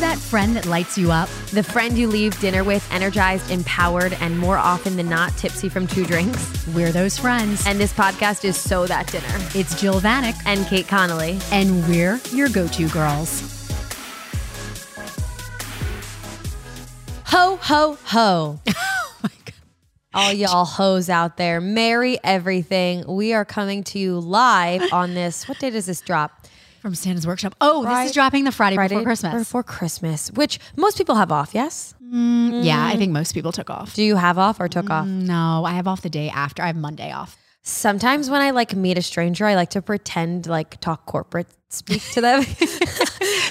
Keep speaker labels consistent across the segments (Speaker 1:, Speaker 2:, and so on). Speaker 1: that friend that lights you up?
Speaker 2: The friend you leave dinner with, energized, empowered, and more often than not, tipsy from two drinks.
Speaker 1: We're those friends.
Speaker 2: And this podcast is So That Dinner.
Speaker 1: It's Jill Vanek,
Speaker 2: And Kate Connolly.
Speaker 1: and we're your go to girls.
Speaker 2: Ho, ho, ho.
Speaker 1: Oh
Speaker 2: All y'all hoes out there, marry everything. We are coming to you live on this. What day does this drop?
Speaker 1: From Santa's Workshop. Oh, this
Speaker 2: Right.
Speaker 1: is dropping the Friday,
Speaker 2: Friday
Speaker 1: before Christmas.
Speaker 2: Before Christmas, which most people have off, yes?
Speaker 1: Yeah,
Speaker 2: Mm.
Speaker 1: I think most people took off.
Speaker 2: Do you have off or took off?
Speaker 1: No, I have off the day after. I have Monday off.
Speaker 2: Sometimes when I like meet a stranger, I like to pretend like talk corporate speak to them.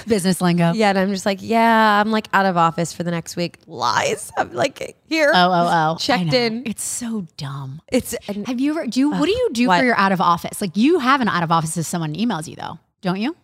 Speaker 1: Business lingo.
Speaker 2: yeah, and I'm just like, yeah, I'm like out of office for the next week. Lies. I'm like here.
Speaker 1: Oh, oh, oh.
Speaker 2: Checked
Speaker 1: I know.
Speaker 2: in.
Speaker 1: It's so dumb.
Speaker 2: It's an,
Speaker 1: Have you ever, do you, what do you do
Speaker 2: what?
Speaker 1: for your out of office? Like you have an out of office if someone emails you though, don't you?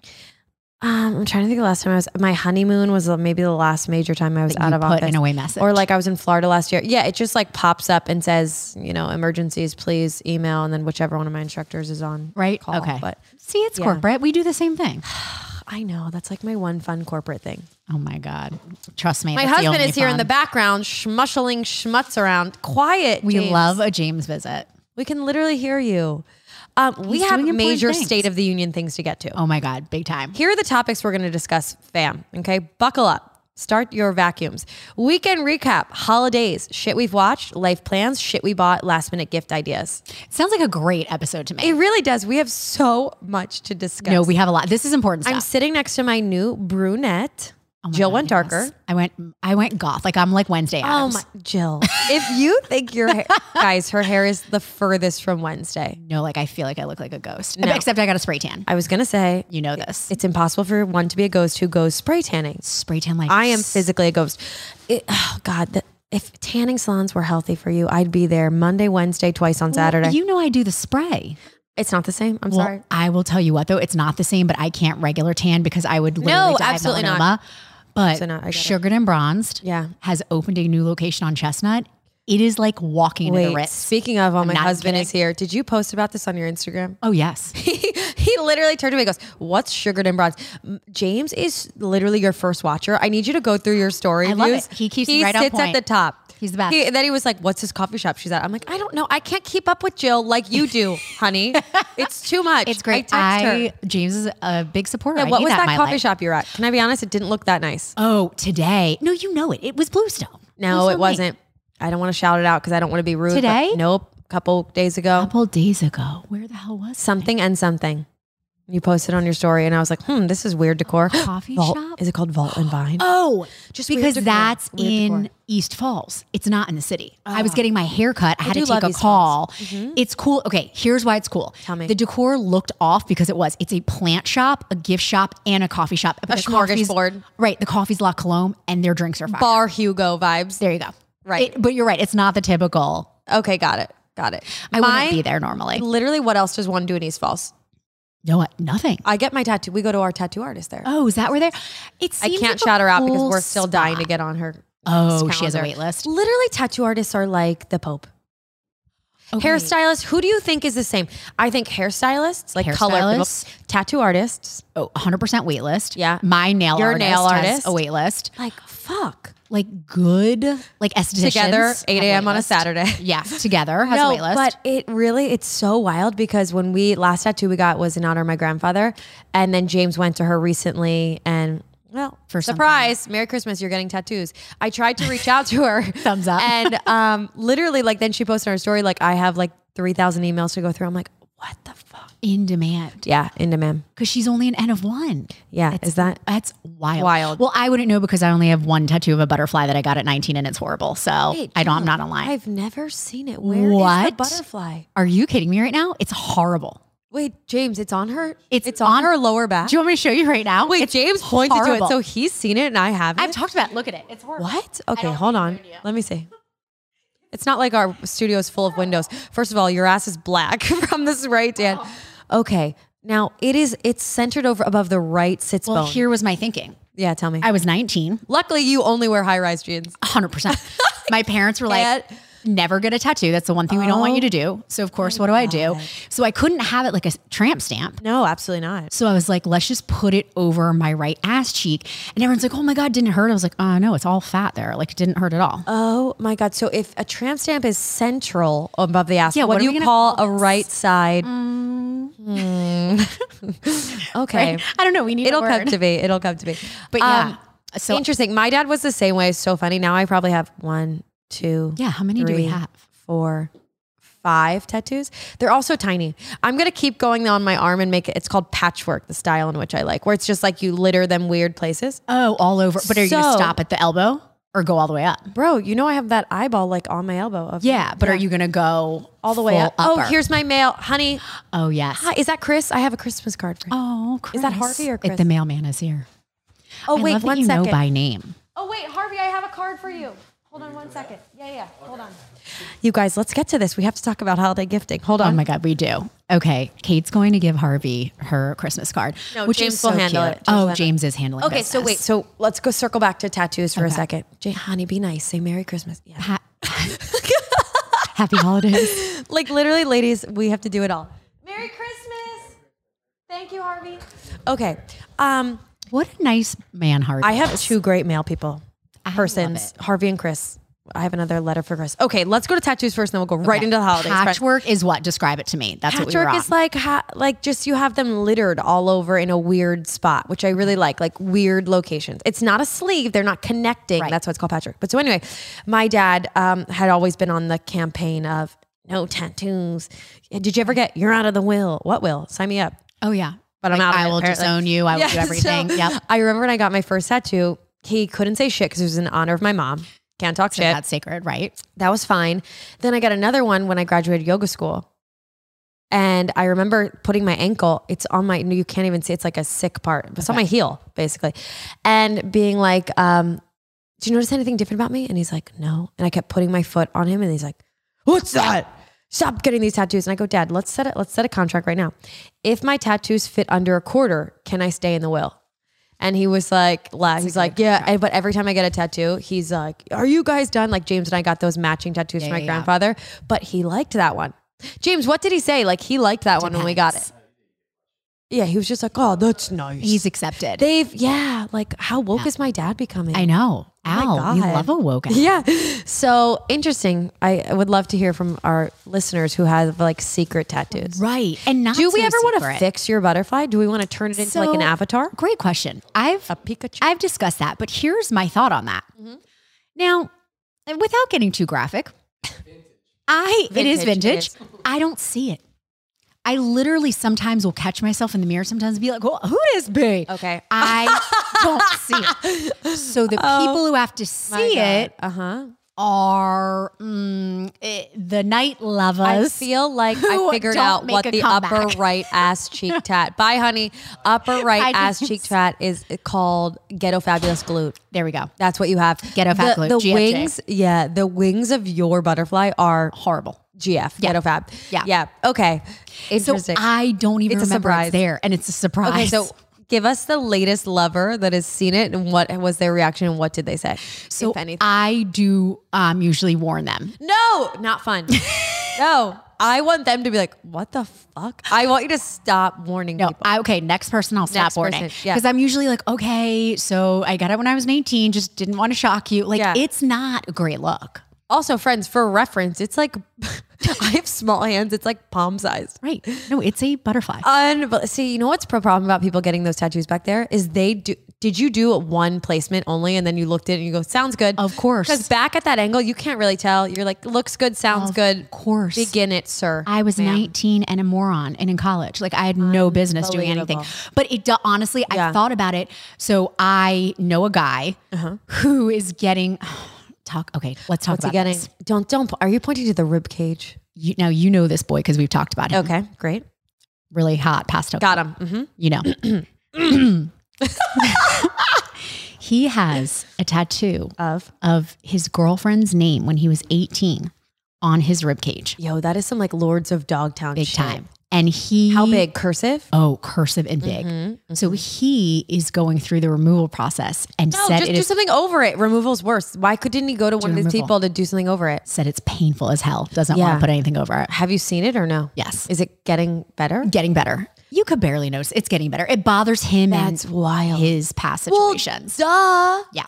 Speaker 2: um, I'm trying to think. The last time I was my honeymoon was uh, maybe the last major time I was out
Speaker 1: you
Speaker 2: of
Speaker 1: put
Speaker 2: office.
Speaker 1: an away message.
Speaker 2: Or like I was in Florida last year. Yeah, it just like pops up and says, you know, emergencies, please email, and then whichever one of my instructors is on.
Speaker 1: Right.
Speaker 2: call.
Speaker 1: okay.
Speaker 2: But
Speaker 1: See, it's corporate. We do the same thing.
Speaker 2: I know that's like my one fun corporate thing.
Speaker 1: Oh my God. Trust me.
Speaker 2: My
Speaker 1: that's the
Speaker 2: husband
Speaker 1: only
Speaker 2: is here in
Speaker 1: fun.
Speaker 2: the background, schmushling schmutz around. Quiet.
Speaker 1: We
Speaker 2: James.
Speaker 1: love a James visit.
Speaker 2: We can literally hear you. Um, we
Speaker 1: He's
Speaker 2: have
Speaker 1: doing important
Speaker 2: major
Speaker 1: things.
Speaker 2: state of the union things to get to.
Speaker 1: Oh my God. Big time.
Speaker 2: Here are the topics we're going to discuss, fam. Okay, buckle up. Start your vacuums. Weekend recap, holidays, shit we've watched, life plans, shit we bought, last minute gift ideas.
Speaker 1: Sounds like a great episode to me.
Speaker 2: It really does. We have so much to discuss.
Speaker 1: No, we have a lot. This is important
Speaker 2: I'm
Speaker 1: stuff.
Speaker 2: sitting next to my new brunette.
Speaker 1: Oh my
Speaker 2: Jill
Speaker 1: God,
Speaker 2: went
Speaker 1: yes.
Speaker 2: darker.
Speaker 1: I went. I went goth. Like I'm like Wednesday.
Speaker 2: Oh
Speaker 1: Adams.
Speaker 2: my Jill. if you think your hair, guys, her hair is the furthest from Wednesday.
Speaker 1: No, like I feel like I look like a ghost. Except I got a spray tan.
Speaker 2: I was going to say
Speaker 1: You know this.
Speaker 2: it's impossible for one to be a ghost who goes spray tanning.
Speaker 1: spray tan like
Speaker 2: I am physically a ghost. It, oh God, the, if tanning salons were healthy for you, I'd be there Monday, Wednesday, twice on Saturday.
Speaker 1: You know I do the spray.
Speaker 2: it's not the same. I'm
Speaker 1: Well,
Speaker 2: sorry.
Speaker 1: I will tell you what though, it's not the same. But I can't regular tan because I would literally die of
Speaker 2: absolutely
Speaker 1: melanoma.
Speaker 2: not.
Speaker 1: But
Speaker 2: not. I get it.
Speaker 1: sugared and bronzed.
Speaker 2: Yeah.
Speaker 1: has opened a new location on Chestnut. It is like walking into the
Speaker 2: Wait,
Speaker 1: Ritz.
Speaker 2: speaking of, while my
Speaker 1: not
Speaker 2: husband is here, did you post about this on your Instagram?
Speaker 1: Oh yes.
Speaker 2: he, he literally turned to me and goes, What's sugared and bronze? M- James is literally your first watcher. I need you to go through your story.
Speaker 1: I love
Speaker 2: views.
Speaker 1: it. He keeps
Speaker 2: he
Speaker 1: it right on
Speaker 2: sits at
Speaker 1: point.
Speaker 2: the top.
Speaker 1: He's the best.
Speaker 2: He, then he was like, What's his coffee shop? She's at. I'm like, I don't know. I can't keep up with Jill like you do, honey. it's too much.
Speaker 1: It's great.
Speaker 2: I text her.
Speaker 1: I- James is a big supporter.
Speaker 2: Yeah,
Speaker 1: I
Speaker 2: what
Speaker 1: need
Speaker 2: was
Speaker 1: that in
Speaker 2: that,
Speaker 1: my
Speaker 2: coffee
Speaker 1: life.
Speaker 2: shop you're at? Can I be honest? It didn't look that nice.
Speaker 1: Oh, today. No, you know it. It was Bluestone.
Speaker 2: No,
Speaker 1: Bluestone
Speaker 2: it
Speaker 1: Lane.
Speaker 2: wasn't. I don't want to shout it out because I don't want to be rude. but
Speaker 1: Today?
Speaker 2: Nope. Couple days
Speaker 1: A
Speaker 2: ago.
Speaker 1: couple days ago. Where the hell was it?
Speaker 2: Something and something. You posted on your story, and I was like, hmm, this is weird decor.
Speaker 1: Coffee
Speaker 2: Vault.
Speaker 1: shop?
Speaker 2: Is it called Vault and Vine?
Speaker 1: Oh, just
Speaker 2: weird
Speaker 1: because
Speaker 2: decor.
Speaker 1: that's
Speaker 2: Weird
Speaker 1: in
Speaker 2: decor.
Speaker 1: East Falls. It's not in the city. I was getting my hair cut. Ah. I had
Speaker 2: do
Speaker 1: to take
Speaker 2: love
Speaker 1: a
Speaker 2: East
Speaker 1: call. It's cool. Okay, here's why it's cool.
Speaker 2: Tell me.
Speaker 1: The decor looked off because it was. It's a plant shop, a gift shop, and a coffee shop. But
Speaker 2: A
Speaker 1: the coffee's-
Speaker 2: smorgasbord.
Speaker 1: Right. The coffee's La Colombe and their drinks are fire.
Speaker 2: Bar Hugo vibes.
Speaker 1: There you go.
Speaker 2: Right.
Speaker 1: It- but you're right. It's not the typical.
Speaker 2: Okay, got it. Got it.
Speaker 1: I
Speaker 2: My-
Speaker 1: wouldn't be there normally.
Speaker 2: Literally, what else does one do in East Falls?
Speaker 1: No, nothing.
Speaker 2: I get my tattoo. We go to our tattoo artist there.
Speaker 1: Oh, is that where they're? It
Speaker 2: I
Speaker 1: seems
Speaker 2: can't
Speaker 1: like a
Speaker 2: shout her out because
Speaker 1: cool
Speaker 2: we're still dying to get on her.
Speaker 1: Oh, she has a
Speaker 2: calendar.
Speaker 1: wait list.
Speaker 2: Literally, tattoo artists are like the Pope.
Speaker 1: Okay.
Speaker 2: Hairstylist, who do you think is the same? I think hairstylists, like color people,
Speaker 1: Hairstylists.
Speaker 2: tattoo artists,
Speaker 1: Oh, 100% wait list.
Speaker 2: Yeah.
Speaker 1: My nail
Speaker 2: Your
Speaker 1: artist,
Speaker 2: nail
Speaker 1: has
Speaker 2: artist.
Speaker 1: a wait list.
Speaker 2: like fuck.
Speaker 1: Like good, like estheticians.
Speaker 2: Together,
Speaker 1: have
Speaker 2: 8 a.m.
Speaker 1: wait
Speaker 2: on a
Speaker 1: list.
Speaker 2: Saturday.
Speaker 1: Yeah, together has a wait list.
Speaker 2: but it really it's so wild because when we last tattoo we got was in honor of my grandfather, and then James went to her recently and. Well,
Speaker 1: For some
Speaker 2: surprise, Merry Christmas, you're getting tattoos. I tried to reach out to her.
Speaker 1: Thumbs up.
Speaker 2: And um, literally, like, then she posted on her story, like, I have like 3,000 emails to go through. I'm like, what the fuck?
Speaker 1: in demand
Speaker 2: Yeah, into ma'am.
Speaker 1: because she's only an N of one.
Speaker 2: Yeah, is that?
Speaker 1: That's wild.
Speaker 2: Wild.
Speaker 1: Well, I wouldn't know because I only have one tattoo of a butterfly that I got at 19 and it's horrible. So
Speaker 2: Wait,
Speaker 1: I don't, I'm
Speaker 2: Jill,
Speaker 1: not online.
Speaker 2: I've never seen it. Where is the
Speaker 1: What?
Speaker 2: butterfly?
Speaker 1: Are you kidding me right now? It's horrible.
Speaker 2: Wait, James, it's on her.
Speaker 1: It's
Speaker 2: on,
Speaker 1: on-
Speaker 2: her lower back.
Speaker 1: Do you want me to show you right now?
Speaker 2: Wait,
Speaker 1: It's
Speaker 2: James pointed to
Speaker 1: horrible.
Speaker 2: it, so he's seen it, and I haven't.
Speaker 1: I've talked about it. Look at it. It's horrible.
Speaker 2: what?
Speaker 1: I
Speaker 2: Okay,
Speaker 1: don't
Speaker 2: hold
Speaker 1: think
Speaker 2: on.
Speaker 1: they're new.
Speaker 2: Let me see. It's not like our studio is full of windows. First of all, your ass is black from this right, Dan. Okay, now it is. It's centered over above the right sits
Speaker 1: Well,
Speaker 2: bone.
Speaker 1: here was my thinking.
Speaker 2: yeah, tell me.
Speaker 1: I was 19,
Speaker 2: Luckily, you only wear high rise jeans.
Speaker 1: 100%. my parents were like,
Speaker 2: Can't
Speaker 1: never get a tattoo. That's the one thing we don't want you to do. So of course, what do I do? So I couldn't have it like a s- tramp stamp.
Speaker 2: No, absolutely not.
Speaker 1: So I was like, let's just put it over my right ass cheek. And everyone's like, oh my God, didn't it hurt. I was like, oh no, it's all fat there. Like it didn't hurt at all.
Speaker 2: Oh my God. So if a tramp stamp is central above the ass,
Speaker 1: Yeah,
Speaker 2: what,
Speaker 1: what are
Speaker 2: do you
Speaker 1: we gonna
Speaker 2: call,
Speaker 1: call Mm.
Speaker 2: a right side? Hmm. okay.
Speaker 1: Right? I don't know. We need
Speaker 2: It'll
Speaker 1: a
Speaker 2: come
Speaker 1: word.
Speaker 2: to me. It'll come to me.
Speaker 1: But yeah.
Speaker 2: so
Speaker 1: So-
Speaker 2: interesting. My dad was the same way. It's so funny. Now I probably have one, two,
Speaker 1: yeah. How many do
Speaker 2: three,
Speaker 1: we have?
Speaker 2: four, five tattoos. They're also tiny. I'm gonna keep going on my arm and make it. It's called patchwork, the style in which I like, where it's just like you litter them weird places.
Speaker 1: Oh, all over. But are you going
Speaker 2: So-
Speaker 1: to stop at the elbow or go all the way up?
Speaker 2: Bro, you know I have that eyeball like on my elbow. Of
Speaker 1: Yeah. But are you going to go
Speaker 2: all the way
Speaker 1: full
Speaker 2: up? Oh,
Speaker 1: upper?
Speaker 2: here's my mail, honey.
Speaker 1: Oh, yes.
Speaker 2: Hi, is that Chris? I have a Christmas card for you.
Speaker 1: Oh, Chris.
Speaker 2: Is that Harvey or
Speaker 1: If
Speaker 2: Chris?
Speaker 1: the mailman is here.
Speaker 2: Oh,
Speaker 1: I
Speaker 2: wait,
Speaker 1: love that
Speaker 2: one
Speaker 1: you
Speaker 2: second.
Speaker 1: know by name.
Speaker 2: Oh wait, Harvey, I have a card for you. Hold on one second. Yeah, yeah. Hold on. You guys, let's get to this. We have to talk about holiday gifting. Hold
Speaker 1: Oh
Speaker 2: on.
Speaker 1: my God, we do. Okay, Kate's going to give Harvey her Christmas card.
Speaker 2: No,
Speaker 1: which
Speaker 2: James
Speaker 1: is
Speaker 2: will
Speaker 1: so
Speaker 2: handle
Speaker 1: cute.
Speaker 2: it. James will
Speaker 1: oh,
Speaker 2: handle
Speaker 1: James is handling.
Speaker 2: okay, so wait.
Speaker 1: business.
Speaker 2: So let's go circle back to tattoos for a
Speaker 1: Okay.
Speaker 2: second. Jay, honey, be nice. Say Merry Christmas. Yeah.
Speaker 1: Ha- happy holidays.
Speaker 2: Like literally, ladies, we have to do it all. Merry Christmas. Thank you, Harvey. Okay. Um,
Speaker 1: What a nice man, Harvey.
Speaker 2: I have
Speaker 1: is.
Speaker 2: two great male people,
Speaker 1: I love
Speaker 2: persons,
Speaker 1: it.
Speaker 2: Harvey and Chris. I have another letter for Chris. Okay, let's go to tattoos first, and then we'll go right into the holidays. Fred.
Speaker 1: Patchwork is what. Describe it to me. That's what we were
Speaker 2: Patchwork
Speaker 1: on.
Speaker 2: is like ha- like just you have them littered all over in a weird spot, which I really like, like weird locations. It's not a sleeve; they're not connecting.
Speaker 1: Right.
Speaker 2: That's why it's called patchwork. But so anyway, my dad um, had always been on the campaign of no tattoos. Did you ever get you're out of the will? What will? Sign me up.
Speaker 1: oh yeah,
Speaker 2: But I'm
Speaker 1: Like,
Speaker 2: out of
Speaker 1: I
Speaker 2: it,
Speaker 1: will
Speaker 2: apparently.
Speaker 1: disown you. I will
Speaker 2: Yeah,
Speaker 1: do everything.
Speaker 2: so
Speaker 1: yep.
Speaker 2: I remember when I got my first tattoo. He couldn't say shit because it was in honor of my mom. Can't talk shit.
Speaker 1: That's sacred, right?
Speaker 2: That was fine. Then I got another one when I graduated yoga school. And I remember putting my ankle, it's on my, you can't even see, it's like a sick part. It's on my heel, basically. And being like, um, do you notice anything different about me? And he's like, no. And I kept putting my foot on him and he's like, what's that? Stop getting these tattoos. And I go, dad, let's set it, let's set a contract right now. If my tattoos fit under a quarter, can I stay in the will? And he was like, laugh. he's like, yeah. And, but every time I get a tattoo, he's like, are you guys done? Like James and I got those matching tattoos from my
Speaker 1: yeah, yeah.
Speaker 2: grandfather, but he liked that one. James, what did he say? Like he liked that one when we got it. Yeah, he was just like, oh, that's nice.
Speaker 1: He's accepted.
Speaker 2: They've, yeah, like how woke is my dad becoming?
Speaker 1: I know.
Speaker 2: Oh my
Speaker 1: Al, you
Speaker 2: God.
Speaker 1: love a woke. Al.
Speaker 2: Yeah. So interesting. I I would love to hear from our listeners who have like secret tattoos.
Speaker 1: Right. And not
Speaker 2: Do we
Speaker 1: so
Speaker 2: ever want to
Speaker 1: secret.
Speaker 2: fix your butterfly? Do we want to turn it into like an
Speaker 1: So-
Speaker 2: avatar?
Speaker 1: Great question. I've
Speaker 2: A Pikachu?
Speaker 1: I've discussed that, but here's my thought on that.
Speaker 2: Mm-hmm.
Speaker 1: Now, and without getting too graphic, I it is
Speaker 2: Vintage, it
Speaker 1: vintage. I don't see it. I literally sometimes will catch myself in the mirror sometimes and be like, well, who this be?
Speaker 2: Okay. Oh
Speaker 1: I don't see it. So the people who have to see it
Speaker 2: Uh huh.
Speaker 1: are mm, eh, the night lovers.
Speaker 2: I feel like I
Speaker 1: Who
Speaker 2: figured
Speaker 1: don't
Speaker 2: out
Speaker 1: make
Speaker 2: what
Speaker 1: a
Speaker 2: the
Speaker 1: comeback.
Speaker 2: upper right ass cheek tat. Bye, honey. Upper
Speaker 1: Bye,
Speaker 2: right ass
Speaker 1: James.
Speaker 2: cheek tat is called ghetto fabulous glute.
Speaker 1: there we go.
Speaker 2: That's what you have.
Speaker 1: Ghetto fat
Speaker 2: the,
Speaker 1: glute,
Speaker 2: The
Speaker 1: GFJ.
Speaker 2: wings, yeah, the wings of your butterfly are
Speaker 1: Horrible.
Speaker 2: GF, ghetto fab.
Speaker 1: Yeah.
Speaker 2: Yeah. Okay.
Speaker 1: So
Speaker 2: Interesting.
Speaker 1: I don't even
Speaker 2: It's a
Speaker 1: remember
Speaker 2: surprise.
Speaker 1: it's there, and it's a surprise.
Speaker 2: Okay, so give us the latest lover that has seen it and what was their reaction and what did they say?
Speaker 1: So
Speaker 2: if anything.
Speaker 1: I do um, usually warn them.
Speaker 2: no, not fun. no. I want them to be like, what the fuck? I want you to stop warning
Speaker 1: No,
Speaker 2: people.
Speaker 1: I, okay, next person I'll stop
Speaker 2: Next
Speaker 1: warning.
Speaker 2: person, yeah.
Speaker 1: Because I'm usually like, okay, so I got it when I was 19, just didn't want to shock you. Like,
Speaker 2: Yeah.
Speaker 1: it's not a great look.
Speaker 2: Also, friends, for reference, it's like I have small hands. It's like palm sized.
Speaker 1: Right. No, it's a butterfly.
Speaker 2: Uh, Unbel- See, you know what's pro problem about people getting those tattoos back there is they do. Did you do one placement only, and then you looked at it and you go, "Sounds good."
Speaker 1: Of course.
Speaker 2: because back at that angle, you can't really tell. You're like, "Looks good, sounds good."
Speaker 1: Of course.
Speaker 2: Begin it, sir.
Speaker 1: I was
Speaker 2: ma'am.
Speaker 1: 19 and a moron and in college. Like I had no business doing anything. But it do- honestly,
Speaker 2: Yeah.
Speaker 1: I thought about it. So I know a guy who is getting talk. Okay, let's talk
Speaker 2: Uh-huh. What's he
Speaker 1: about
Speaker 2: getting?
Speaker 1: this.
Speaker 2: Don't don't. Are you pointing to the rib cage?
Speaker 1: You, now you know this boy because we've talked about him.
Speaker 2: Okay, great.
Speaker 1: Really hot, passed out.
Speaker 2: Mm-hmm. Got him. hmm
Speaker 1: you know. he has a tattoo
Speaker 2: Of
Speaker 1: of his girlfriend's name when he was 18 on his ribcage.
Speaker 2: yo, that is some like Lords of Dogtown
Speaker 1: Big
Speaker 2: shit.
Speaker 1: time. and he
Speaker 2: How big? Cursive?
Speaker 1: Oh, cursive and big.
Speaker 2: Mhm.
Speaker 1: So he is going through the removal process and
Speaker 2: No,
Speaker 1: said
Speaker 2: just
Speaker 1: it
Speaker 2: do
Speaker 1: is
Speaker 2: something over it. Removal's worse. Why could, didn't he go to one of these
Speaker 1: removal.
Speaker 2: people to do something over it?
Speaker 1: said it's painful as hell. Doesn't want
Speaker 2: Yeah.
Speaker 1: to put anything over it.
Speaker 2: Have you seen it or no?
Speaker 1: Yes,
Speaker 2: Is it getting better?
Speaker 1: getting better. You could barely notice. It's getting better. It bothers him
Speaker 2: That's
Speaker 1: and
Speaker 2: wild.
Speaker 1: his past situations.
Speaker 2: Duh. Oh,
Speaker 1: yeah.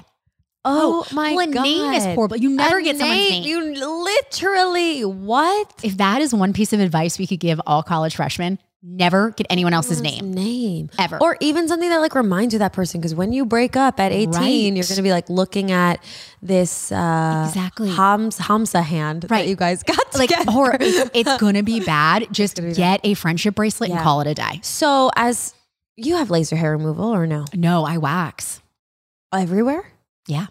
Speaker 2: my
Speaker 1: well, a
Speaker 2: god.
Speaker 1: name is horrible. You never
Speaker 2: A
Speaker 1: get someone's name.
Speaker 2: You literally what?
Speaker 1: if that is one piece of advice we could give all college freshmen, never get anyone else's name
Speaker 2: Name.
Speaker 1: ever.
Speaker 2: Or even something that like reminds you of that person because when you break up at 18, you're
Speaker 1: Right.
Speaker 2: going to be like looking at this uh
Speaker 1: Exactly.
Speaker 2: Hams, Hamza hand
Speaker 1: Right.
Speaker 2: that you guys got
Speaker 1: like
Speaker 2: together.
Speaker 1: or it's, it's gonna be bad. Just get a friendship bracelet
Speaker 2: Yeah.
Speaker 1: and call it a day.
Speaker 2: so as you have laser hair removal or no?
Speaker 1: No, I wax.
Speaker 2: Everywhere?
Speaker 1: Yeah.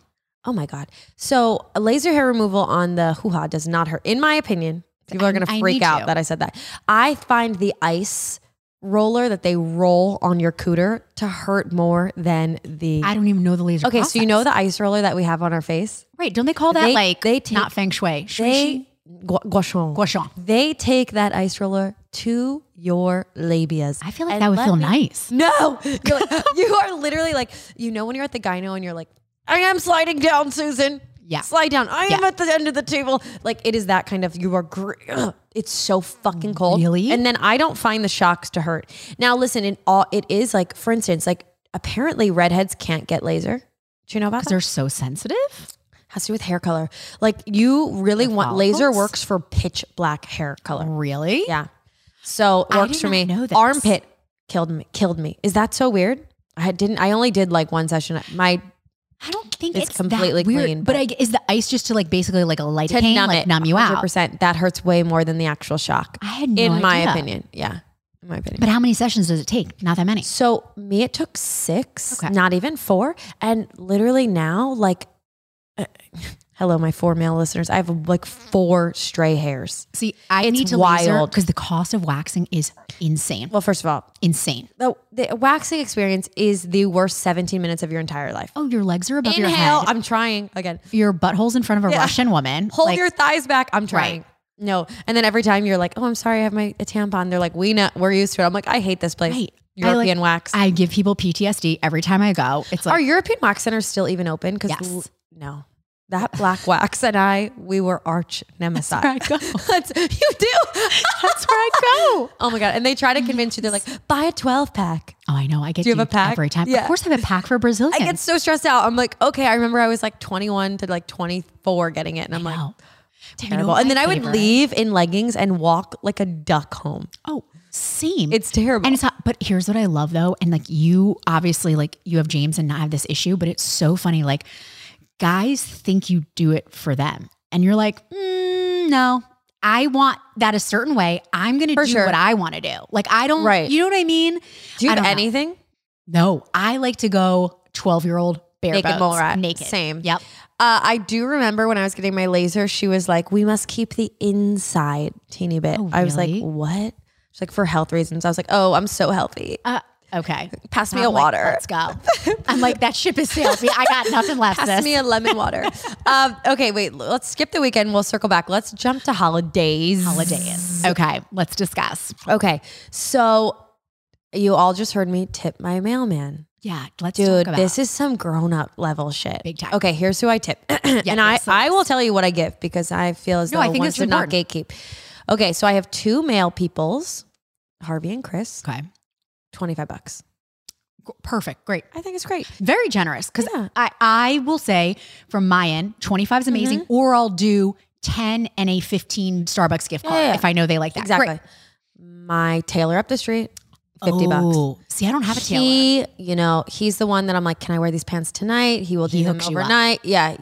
Speaker 2: Oh my god. So a laser hair removal on the hoo-ha does not hurt in my opinion. People
Speaker 1: I-
Speaker 2: are going
Speaker 1: I
Speaker 2: to freak
Speaker 1: need
Speaker 2: out
Speaker 1: to.
Speaker 2: that I said that. I find the ice roller that they roll on your cooter to hurt more than the
Speaker 1: I don't even know the laser.
Speaker 2: Okay, so you
Speaker 1: process.
Speaker 2: know the ice roller that we have on our face?
Speaker 1: right? Don't they call that
Speaker 2: They-
Speaker 1: like
Speaker 2: they
Speaker 1: they
Speaker 2: take-
Speaker 1: not feng shui? Shuishi?
Speaker 2: They gua- guachon.
Speaker 1: Guachon.
Speaker 2: They take that ice roller to your labias.
Speaker 1: I feel like
Speaker 2: And
Speaker 1: that would
Speaker 2: let
Speaker 1: feel
Speaker 2: me-
Speaker 1: nice.
Speaker 2: No, You're like- you are literally like you know when you're at the gyno and you're like, I am sliding down, Susan.
Speaker 1: Yeah.
Speaker 2: slide down. I am
Speaker 1: Yeah.
Speaker 2: at the end of the table. Like it is that kind of you are. Gr- ugh, it's so fucking cold.
Speaker 1: Really?
Speaker 2: And then I don't find the shocks to hurt. Now listen, in all it is like, for instance, like apparently redheads can't get laser. Do you know about
Speaker 1: Because
Speaker 2: that?
Speaker 1: they're so sensitive.
Speaker 2: Has to do with hair color. Like you really want laser
Speaker 1: follicles?
Speaker 2: works for pitch black hair color.
Speaker 1: Really?
Speaker 2: Yeah. So it
Speaker 1: I
Speaker 2: works
Speaker 1: did
Speaker 2: for
Speaker 1: not
Speaker 2: me.
Speaker 1: know this.
Speaker 2: Armpit killed me. Killed me. Is that so weird? I didn't. I only did like one session. My
Speaker 1: I don't think
Speaker 2: It's
Speaker 1: it's,
Speaker 2: completely
Speaker 1: that weird,
Speaker 2: clean,
Speaker 1: But,
Speaker 2: but-
Speaker 1: I g is the ice just to like basically like a light
Speaker 2: to
Speaker 1: pain,
Speaker 2: numb
Speaker 1: like
Speaker 2: it.
Speaker 1: numb you out?
Speaker 2: Percent. That hurts way more than the actual shock.
Speaker 1: I had no
Speaker 2: in my
Speaker 1: idea.
Speaker 2: opinion. Yeah. In my opinion.
Speaker 1: But how many sessions does it take? Not that many.
Speaker 2: So me, it took six,
Speaker 1: Okay.
Speaker 2: not even four, and literally now, like, uh, hello, my four male listeners. I have like four stray hairs.
Speaker 1: See, I
Speaker 2: It's
Speaker 1: need to
Speaker 2: wild.
Speaker 1: because the cost of waxing is insane.
Speaker 2: Well, first of all,
Speaker 1: insane.
Speaker 2: the, the waxing experience is the worst 17 minutes of your entire life.
Speaker 1: Oh, your legs are above your
Speaker 2: Inhale.
Speaker 1: head.
Speaker 2: I'm trying again.
Speaker 1: your butthole's in front of a
Speaker 2: Yeah.
Speaker 1: Russian woman.
Speaker 2: Hold
Speaker 1: Like,
Speaker 2: your thighs back. I'm trying.
Speaker 1: Right.
Speaker 2: No. And then every time you're like, oh, I'm sorry, I have my a tampon. They're like, we know, we're used to it. I'm like, I hate this place.
Speaker 1: Right. I like-
Speaker 2: European wax.
Speaker 1: I give people PTSD every time I go. It's
Speaker 2: Are
Speaker 1: like
Speaker 2: European wax centers still even open? Because
Speaker 1: Yes.
Speaker 2: no, that black wax and I, we were arch nemesis. That's- you do.
Speaker 1: that's where I go.
Speaker 2: Oh my god! And they try to convince you. They're like, buy a twelve pack.
Speaker 1: Oh, I know. I get
Speaker 2: Do you have a
Speaker 1: duped
Speaker 2: pack?
Speaker 1: every time.
Speaker 2: Yeah.
Speaker 1: Of course, I have a pack for Brazilians.
Speaker 2: I get so stressed out. I'm like, okay. I remember I was like 21 to like 24 getting it, and I'm like,
Speaker 1: Wow. You know
Speaker 2: terrible. and
Speaker 1: my
Speaker 2: then I would
Speaker 1: favorite-
Speaker 2: leave in leggings and walk like a duck home.
Speaker 1: Oh, same.
Speaker 2: It's terrible.
Speaker 1: and it's not, but here's what I love though. And like you obviously like you have James and not have this issue, but it's so funny. Like guys think you do it for them. And you're like, mm, no, I want that a certain way. I'm going to
Speaker 2: For
Speaker 1: do
Speaker 2: sure.
Speaker 1: what I want to do. Like I don't,
Speaker 2: Right.
Speaker 1: you know what I mean?
Speaker 2: do you
Speaker 1: I don't
Speaker 2: have
Speaker 1: know.
Speaker 2: anything?
Speaker 1: No, I like to go 12 year old bare
Speaker 2: Naked
Speaker 1: bones,
Speaker 2: mole rat.
Speaker 1: Naked.
Speaker 2: Same.
Speaker 1: Yep.
Speaker 2: Uh, I do remember when I was getting my laser, she was like, "We must keep the inside teeny bit."
Speaker 1: Oh,
Speaker 2: I was like,
Speaker 1: really?
Speaker 2: "What?" She's like, "For health reasons." I was like, "Oh, I'm so healthy.
Speaker 1: Uh, okay.
Speaker 2: Pass me
Speaker 1: I'm
Speaker 2: a
Speaker 1: like,
Speaker 2: water.
Speaker 1: Let's go. I'm like, that ship is sailed. We- I got nothing left.
Speaker 2: Pass
Speaker 1: sis.
Speaker 2: me a lemon water." um, okay, wait. l- Let's skip the weekend. We'll circle back. Let's jump to holidays.
Speaker 1: Holidays. Okay. Let's discuss.
Speaker 2: Okay, so you all just heard me tip my mailman.
Speaker 1: Yeah, let's
Speaker 2: Dude,
Speaker 1: talk about
Speaker 2: this is some grown up level shit.
Speaker 1: Big time.
Speaker 2: Okay, here's who I tip. and I,
Speaker 1: yes,
Speaker 2: I will tell you what I give because I feel as
Speaker 1: No,
Speaker 2: though
Speaker 1: I think
Speaker 2: one
Speaker 1: this is
Speaker 2: should not gatekeep. Okay, so I have two male peoples, Harvey and Chris,
Speaker 1: Okay,
Speaker 2: 25 bucks.
Speaker 1: G- perfect, great,
Speaker 2: I think it's great.
Speaker 1: very generous. Because
Speaker 2: Yeah.
Speaker 1: I, I will say from my end, twenty five is amazing.
Speaker 2: Mm-hmm.
Speaker 1: Or I'll do ten and a fifteen Starbucks gift
Speaker 2: Yeah,
Speaker 1: card
Speaker 2: yeah,
Speaker 1: if I know they like that.
Speaker 2: Exactly.
Speaker 1: Great.
Speaker 2: My tailor up the street, 50 bucks.
Speaker 1: Oh, See, I don't have a tailor.
Speaker 2: He, you know, he's the one that I'm like, can I wear these pants tonight? He will do
Speaker 1: He
Speaker 2: them
Speaker 1: hooks you up.
Speaker 2: overnight. Yeah,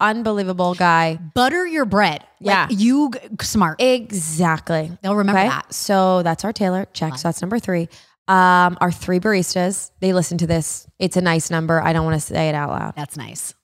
Speaker 2: unbelievable guy.
Speaker 1: Butter your bread.
Speaker 2: Yeah.
Speaker 1: like, you g- smart.
Speaker 2: Exactly.
Speaker 1: They'll remember
Speaker 2: Okay.
Speaker 1: that.
Speaker 2: So that's our Taylor check. So that's number three. Um, our three baristas, they listen to this. It's a nice number. I don't want to say it out loud.
Speaker 1: That's nice.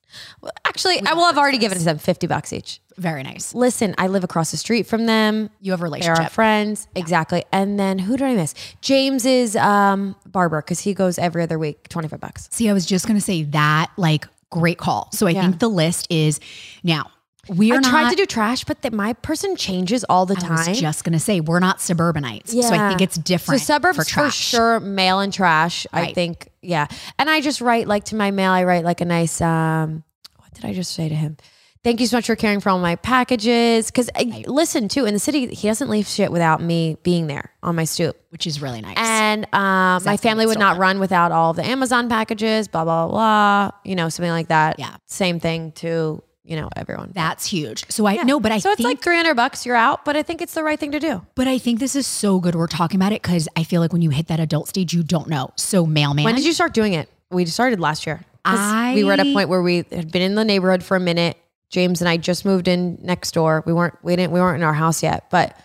Speaker 2: Well, Actually, I will have already given it to them 50 bucks each.
Speaker 1: Very nice.
Speaker 2: Listen, I live across the street from them.
Speaker 1: You have a
Speaker 2: They're our
Speaker 1: relationship.
Speaker 2: friends. Exactly. And then who did I miss? James's um, barber, because he goes every other week, 25 bucks.
Speaker 1: See, I was just gonna say that. Like, great call. So I think the list is now. We are
Speaker 2: I tried
Speaker 1: not-
Speaker 2: to do trash, but that my person changes all the
Speaker 1: I
Speaker 2: time.
Speaker 1: was just gonna say we're not suburbanites, so I think it's different.
Speaker 2: So suburbs
Speaker 1: for
Speaker 2: for,
Speaker 1: trash.
Speaker 2: sure, mail and trash. I
Speaker 1: Right.
Speaker 2: think, yeah. And I just write like to my mail. I write like a nice. um What did I just say to him? Thank you so much for caring for all my packages. Because listen, too, in the city, he doesn't leave shit without me being there on my stoop.
Speaker 1: which is really nice.
Speaker 2: And um, my
Speaker 1: that's gonna
Speaker 2: family
Speaker 1: get
Speaker 2: would not
Speaker 1: stolen.
Speaker 2: run without all of the Amazon packages, blah, blah, blah, you know, something like that.
Speaker 1: Yeah.
Speaker 2: Same thing to, you know, everyone.
Speaker 1: That's huge. So I no, but I
Speaker 2: so
Speaker 1: think
Speaker 2: it's like 300 bucks, you're out, but I think it's the right thing to do.
Speaker 1: but I think this is so good. We're talking about it because I feel like when you hit that adult stage, you don't know. So mailman.
Speaker 2: When did you start doing it? We started last year. 'Cause we were at a
Speaker 1: I-
Speaker 2: point where we had been in the neighborhood for a minute. James and I just moved in next door. We weren't we didn't we weren't in our house yet, but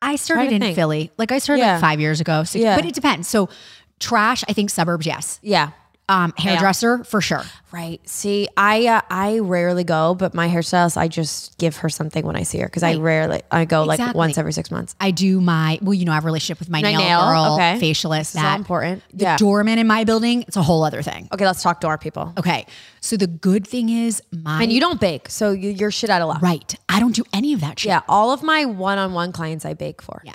Speaker 1: I
Speaker 2: Trying
Speaker 1: started
Speaker 2: to
Speaker 1: in
Speaker 2: think.
Speaker 1: Philly. Like I started
Speaker 2: Yeah.
Speaker 1: like five years ago. Six,
Speaker 2: Yeah.
Speaker 1: But it depends. So trash, I think suburbs, yes.
Speaker 2: yeah.
Speaker 1: Um, hairdresser for sure.
Speaker 2: Right. See, I uh, I rarely go, but my hairstylist, I just give her something when I see her because I rarely I go like
Speaker 1: Exactly.
Speaker 2: once every six months.
Speaker 1: I do my well, you know, I have a relationship with my, nail,
Speaker 2: nail,
Speaker 1: girl,
Speaker 2: okay.
Speaker 1: facialist.
Speaker 2: It's all
Speaker 1: That
Speaker 2: important.
Speaker 1: the
Speaker 2: yeah.
Speaker 1: doorman in my building, it's a whole other thing.
Speaker 2: okay, let's talk to our people.
Speaker 1: Okay. So the good thing is my
Speaker 2: And you don't bake, so you, you're shit out of luck.
Speaker 1: right. I don't do any of that shit.
Speaker 2: Yeah. All of my one-on-one clients, I bake for.
Speaker 1: Yeah.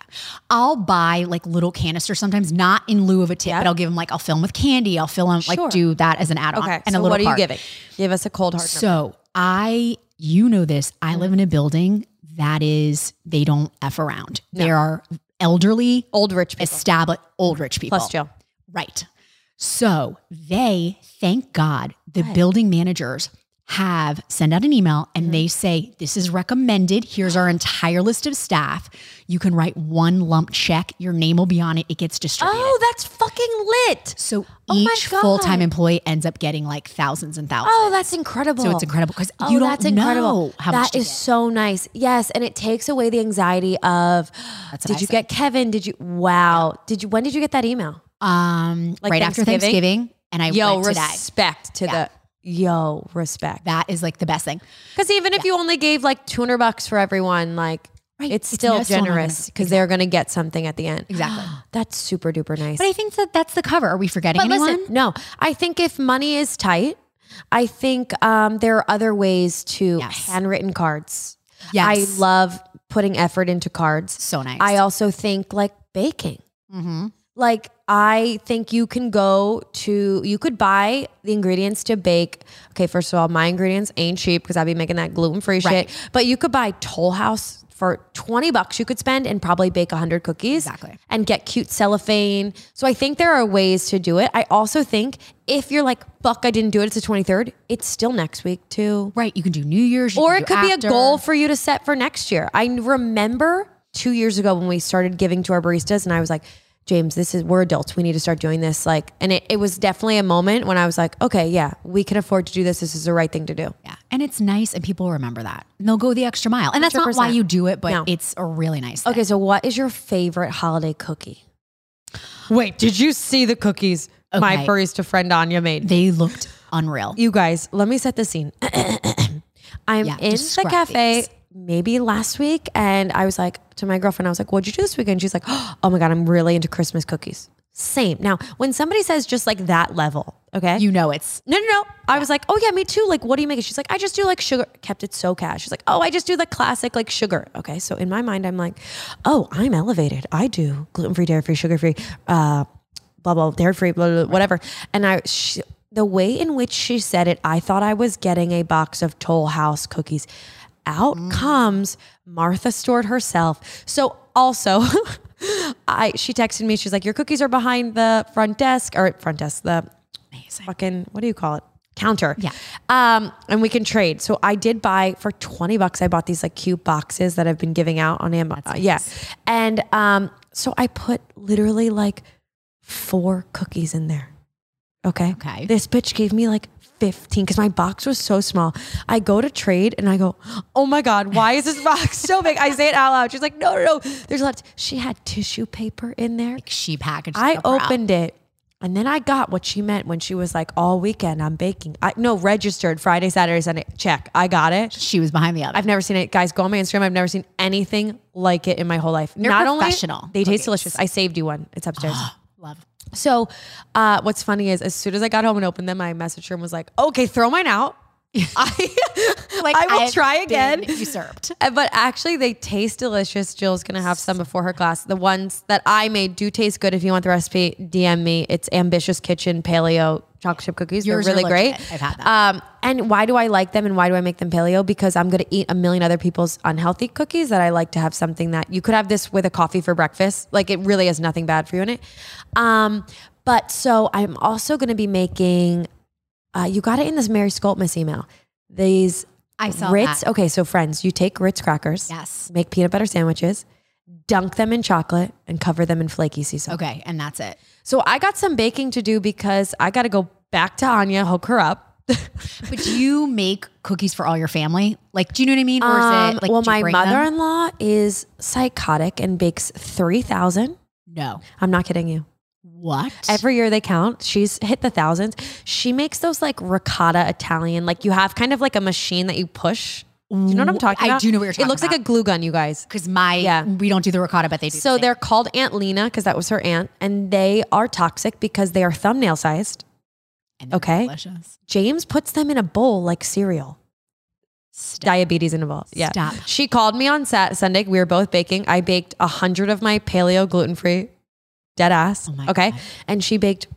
Speaker 1: I'll buy like little canisters sometimes, not in lieu of a tip, but I'll give them like, I'll fill them with candy. I'll fill them,
Speaker 2: Sure.
Speaker 1: like, do that as an add on
Speaker 2: Okay.
Speaker 1: and a
Speaker 2: so
Speaker 1: little
Speaker 2: what are
Speaker 1: part.
Speaker 2: you giving? Give us a cold hard. number.
Speaker 1: So I, you know this, I
Speaker 2: Mm-hmm.
Speaker 1: live in a building that is, they don't F around. There are elderly,
Speaker 2: Old rich people.
Speaker 1: established, old rich people.
Speaker 2: Plus Jill.
Speaker 1: Right. So they, thank God, the building managers have send out an email and
Speaker 2: Mm-hmm.
Speaker 1: they say, This is recommended. Here's our entire list of staff. You can write one lump check. Your name will be on it. It gets distributed.
Speaker 2: Oh, that's fucking lit.
Speaker 1: So
Speaker 2: Oh my
Speaker 1: each
Speaker 2: God.
Speaker 1: full time employee ends up getting like thousands and thousands.
Speaker 2: Oh, that's incredible.
Speaker 1: so it's incredible because
Speaker 2: Oh,
Speaker 1: you don't
Speaker 2: that's incredible.
Speaker 1: know how
Speaker 2: That
Speaker 1: much to
Speaker 2: is
Speaker 1: get.
Speaker 2: so nice. Yes, and it takes away the anxiety of did
Speaker 1: I
Speaker 2: you get Kevin? Did you wow. Did you when did you get that email?
Speaker 1: um,
Speaker 2: Oh, Like
Speaker 1: right after
Speaker 2: Thanksgiving?
Speaker 1: Thanksgiving. And I
Speaker 2: Yo,
Speaker 1: went today.
Speaker 2: respect to the yo, respect.
Speaker 1: that is like the best thing.
Speaker 2: Because even if you only gave like two hundred bucks for everyone, like
Speaker 1: Right.
Speaker 2: it's
Speaker 1: It's
Speaker 2: still
Speaker 1: no- still not gonna-
Speaker 2: generous because they're gonna get something at the end.
Speaker 1: Exactly.
Speaker 2: That's super duper nice.
Speaker 1: But I think that that's the cover. Are we forgetting
Speaker 2: But
Speaker 1: anyone?
Speaker 2: listen, no, I think if money is tight, I think um, there are other ways to
Speaker 1: Yes.
Speaker 2: handwritten cards.
Speaker 1: Yes.
Speaker 2: I love putting effort into cards.
Speaker 1: So nice.
Speaker 2: I also think like baking.
Speaker 1: mm-hmm.
Speaker 2: Like I think you can go to you could buy the ingredients to bake. Okay, first of all, my ingredients ain't cheap because I'd be making that gluten free
Speaker 1: Right.
Speaker 2: shit. But you could buy Toll House for twenty bucks. You could spend and probably bake hundred cookies
Speaker 1: Exactly.
Speaker 2: and get cute cellophane. So I think there are ways to do it. I also think if you're like, fuck, I didn't do it. It's the twenty third. It's still next week too
Speaker 1: Right. You can do New Year's. you
Speaker 2: or
Speaker 1: can
Speaker 2: it
Speaker 1: do
Speaker 2: could be
Speaker 1: after.
Speaker 2: a goal for you to set for next year. I remember two years ago when we started giving to our baristas, and I was like, James, this is we're adults. We need to start doing this. Like, and it, it was definitely a moment when I was like, okay, yeah, we can afford to do this. This is the right thing to do.
Speaker 1: Yeah. And it's nice and people remember that. And they'll go the extra mile. And that's not why
Speaker 2: 100%.
Speaker 1: you do it, but
Speaker 2: No.
Speaker 1: it's a really nice thing.
Speaker 2: Okay, so what is your favorite holiday cookie? Wait, did you see the cookies my
Speaker 1: Okay.
Speaker 2: barista friend Anya made?
Speaker 1: They looked unreal.
Speaker 2: You guys, let me set the scene. I'm
Speaker 1: Yeah,
Speaker 2: in the
Speaker 1: describe
Speaker 2: cafe
Speaker 1: these.
Speaker 2: maybe last week, and I was like to my girlfriend, I was like, "What'd you do this weekend?" She's like, "Oh my god, I'm really into Christmas cookies." Same. Now, when somebody says just like that level, okay,
Speaker 1: You know it's
Speaker 2: no, no, no. I was like, oh yeah, me too. Like, what do you make? it? She's like, I just do like sugar. Kept it so cash. She's like, oh, I just do the classic like sugar. Okay, so in my mind, I'm like, oh, I'm elevated. I do gluten free, dairy free, sugar free, uh, blah blah, dairy free, blah, blah blah, whatever. And I, she, the way in which she said it, I thought I was getting a box of Toll House cookies. Out comes Martha Stewart herself. So also. I she texted me. She's like, "Your cookies are behind the front desk or front desk, the
Speaker 1: amazing.
Speaker 2: fucking what do you call it counter
Speaker 1: Yeah.
Speaker 2: um and we can trade so i did buy for 20 bucks i bought these like cute boxes that i've been giving out on amazon Uh, yeah and um so i put literally like four cookies in there okay
Speaker 1: Okay.
Speaker 2: this bitch gave me like 15 because my box was so small i go to trade and i go oh my god why is this box so big i say it out loud she's like no no no there's a lot she had tissue paper in there
Speaker 1: She packaged
Speaker 2: I
Speaker 1: the crap.
Speaker 2: opened it and then I got what she meant when she was like, all weekend I'm baking. I no registered Friday, Saturday, Sunday. Check. I got it.
Speaker 1: She was behind the oven.
Speaker 2: I've never seen it. Guys, go on my Instagram. I've never seen anything like it in my whole life. They're
Speaker 1: professional
Speaker 2: they
Speaker 1: cookies.
Speaker 2: taste delicious. I saved you one. It's upstairs.
Speaker 1: Love.
Speaker 2: so uh, what's funny is as soon as I got home and opened them, I messaged her and was like, okay, throw mine out. I, I will
Speaker 1: I've
Speaker 2: try
Speaker 1: been
Speaker 2: again.
Speaker 1: usurped.
Speaker 2: Uh, But actually, they taste delicious. Jill's gonna have some before her class. The ones that I made do taste good. If you want the recipe, DM me. It's Ambitious Kitchen Paleo Chocolate Chip Cookies.
Speaker 1: Yours are
Speaker 2: They're really
Speaker 1: legit.
Speaker 2: great.
Speaker 1: I've had them.
Speaker 2: Um, and why do I like them and why do I make them paleo? Because I'm gonna eat a million other people's unhealthy cookies that I like to have something that you could have this with a coffee for breakfast. Like it really has nothing bad for you in it. Um, but so I'm also gonna be making. Uh, you got it in this Mary Skoltmas email. These
Speaker 1: I saw
Speaker 2: Ritz.
Speaker 1: that.
Speaker 2: Okay, so friends, you take Ritz crackers,
Speaker 1: Yes.
Speaker 2: make peanut butter sandwiches, dunk them in chocolate, and cover them in flaky sea salt.
Speaker 1: Okay, and that's it.
Speaker 2: So I got some baking to do because I got to go back to Anya, hook her up.
Speaker 1: But do you make cookies for all your family? Like, do you know what I mean? Or is
Speaker 2: Um,
Speaker 1: it like
Speaker 2: well,
Speaker 1: do you
Speaker 2: my
Speaker 1: bring them?
Speaker 2: mother-in-law is psychotic and bakes three thousand.
Speaker 1: No.
Speaker 2: I'm not kidding you.
Speaker 1: What?
Speaker 2: Every year they count. She's hit the thousands. She makes those like ricotta Italian, like you have kind of like a machine that you push. Do you know what I'm talking
Speaker 1: I
Speaker 2: about?
Speaker 1: do know what you're talking
Speaker 2: It looks like
Speaker 1: about.
Speaker 2: a glue gun, you guys.
Speaker 1: Because my
Speaker 2: Yeah.
Speaker 1: we don't do the ricotta, but they do.
Speaker 2: So they're called Aunt Lena because that was her aunt, and they are toxic because they are thumbnail sized.
Speaker 1: And they're
Speaker 2: okay.
Speaker 1: Delicious.
Speaker 2: James puts them in a bowl like cereal.
Speaker 1: Stop.
Speaker 2: Diabetes involved. Yeah.
Speaker 1: Stop.
Speaker 2: She called me on Sat- Sunday. We were both baking. I baked a hundred of my paleo gluten free, dead ass.
Speaker 1: Oh my
Speaker 2: okay,
Speaker 1: God.
Speaker 2: and she baked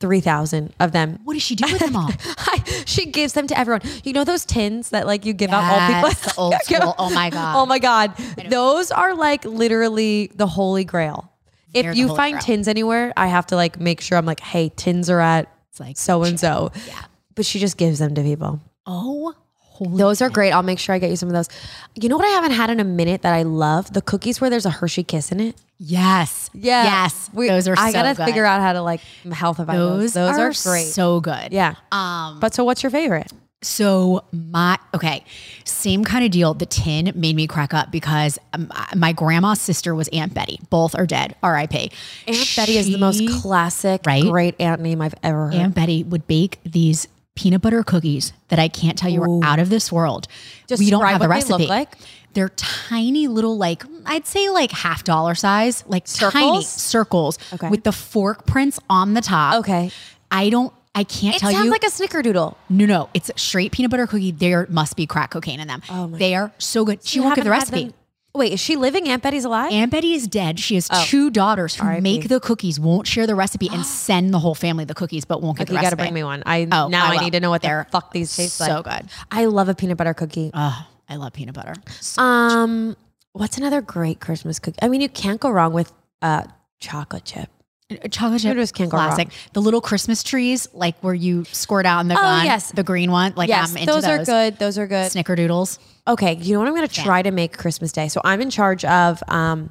Speaker 2: three thousand of them.
Speaker 1: What does she do with them all?
Speaker 2: I, she gives them to everyone. You know those tins that like you give out all
Speaker 1: Yes,
Speaker 2: people.
Speaker 1: the old school. Oh my God.
Speaker 2: Oh my god. Those are like literally the holy grail.
Speaker 1: They're
Speaker 2: if
Speaker 1: the
Speaker 2: you
Speaker 1: holy
Speaker 2: find
Speaker 1: grail.
Speaker 2: tins anywhere, I have to like make sure I'm like, hey, tins are at
Speaker 1: It's like
Speaker 2: so and so.
Speaker 1: Yeah.
Speaker 2: But she just gives them to people.
Speaker 1: Oh, holy.
Speaker 2: Those are great. I'll make sure I get you some of those. You know what I haven't had in a minute that I love? The cookies where there's a Hershey kiss in it.
Speaker 1: Yes. Yes.
Speaker 2: We-
Speaker 1: those are.
Speaker 2: I
Speaker 1: so
Speaker 2: gotta
Speaker 1: good.
Speaker 2: figure out how to like healthify
Speaker 1: Those,
Speaker 2: those. Those are, great.
Speaker 1: So good.
Speaker 2: yeah.
Speaker 1: Um.
Speaker 2: But so what's your favorite?
Speaker 1: So my okay, same kind of deal. The tin made me crack up because um, my grandma's sister was Aunt Betty. Both are dead. R.I.P.
Speaker 2: Aunt Betty is the most
Speaker 1: She-
Speaker 2: classic,
Speaker 1: Right?
Speaker 2: great aunt name I've ever heard.
Speaker 1: Aunt Betty would bake these peanut butter cookies that I can't tell you are out of this world. we don't
Speaker 2: Describe
Speaker 1: have the
Speaker 2: what they
Speaker 1: recipe.
Speaker 2: look like.
Speaker 1: They're tiny little, like I'd say, like half dollar size, like tiny
Speaker 2: Circles?
Speaker 1: circles
Speaker 2: Okay.
Speaker 1: with the fork prints on the top.
Speaker 2: Okay.
Speaker 1: I don't. I can't
Speaker 2: It
Speaker 1: tell
Speaker 2: sounds
Speaker 1: you.
Speaker 2: like a snickerdoodle.
Speaker 1: no, no, it's a straight peanut butter cookie. There must be crack cocaine in them. they are so good. She
Speaker 2: Oh You
Speaker 1: won't give the
Speaker 2: haven't had
Speaker 1: recipe.
Speaker 2: them- Wait, is she living? Aunt Betty's alive?
Speaker 1: Aunt Betty is dead. She
Speaker 2: Oh.
Speaker 1: has two daughters who make the cookies, won't share the recipe, and send the whole family the cookies, but won't get
Speaker 2: you
Speaker 1: the
Speaker 2: got to
Speaker 1: recipe.
Speaker 2: bring me one. I
Speaker 1: Oh,
Speaker 2: now
Speaker 1: I
Speaker 2: I,
Speaker 1: will.
Speaker 2: need to know what
Speaker 1: They're
Speaker 2: the fuck these taste like.
Speaker 1: so good.
Speaker 2: I love a peanut butter cookie.
Speaker 1: Oh, I love peanut butter.
Speaker 2: Um, what's another great Christmas cookie? I mean, you can't go wrong with uh chocolate chip.
Speaker 1: uh, Chocolate chip
Speaker 2: Hooters can't go wrong.
Speaker 1: classic. The little Christmas trees, like where you squirt out in the gun.
Speaker 2: Oh, yes.
Speaker 1: The green one. Like
Speaker 2: yes,
Speaker 1: I'm into those.
Speaker 2: those, are good. Those are good.
Speaker 1: Snickerdoodles.
Speaker 2: Okay, you know what I'm going to try to make Christmas Day. So I'm in charge of um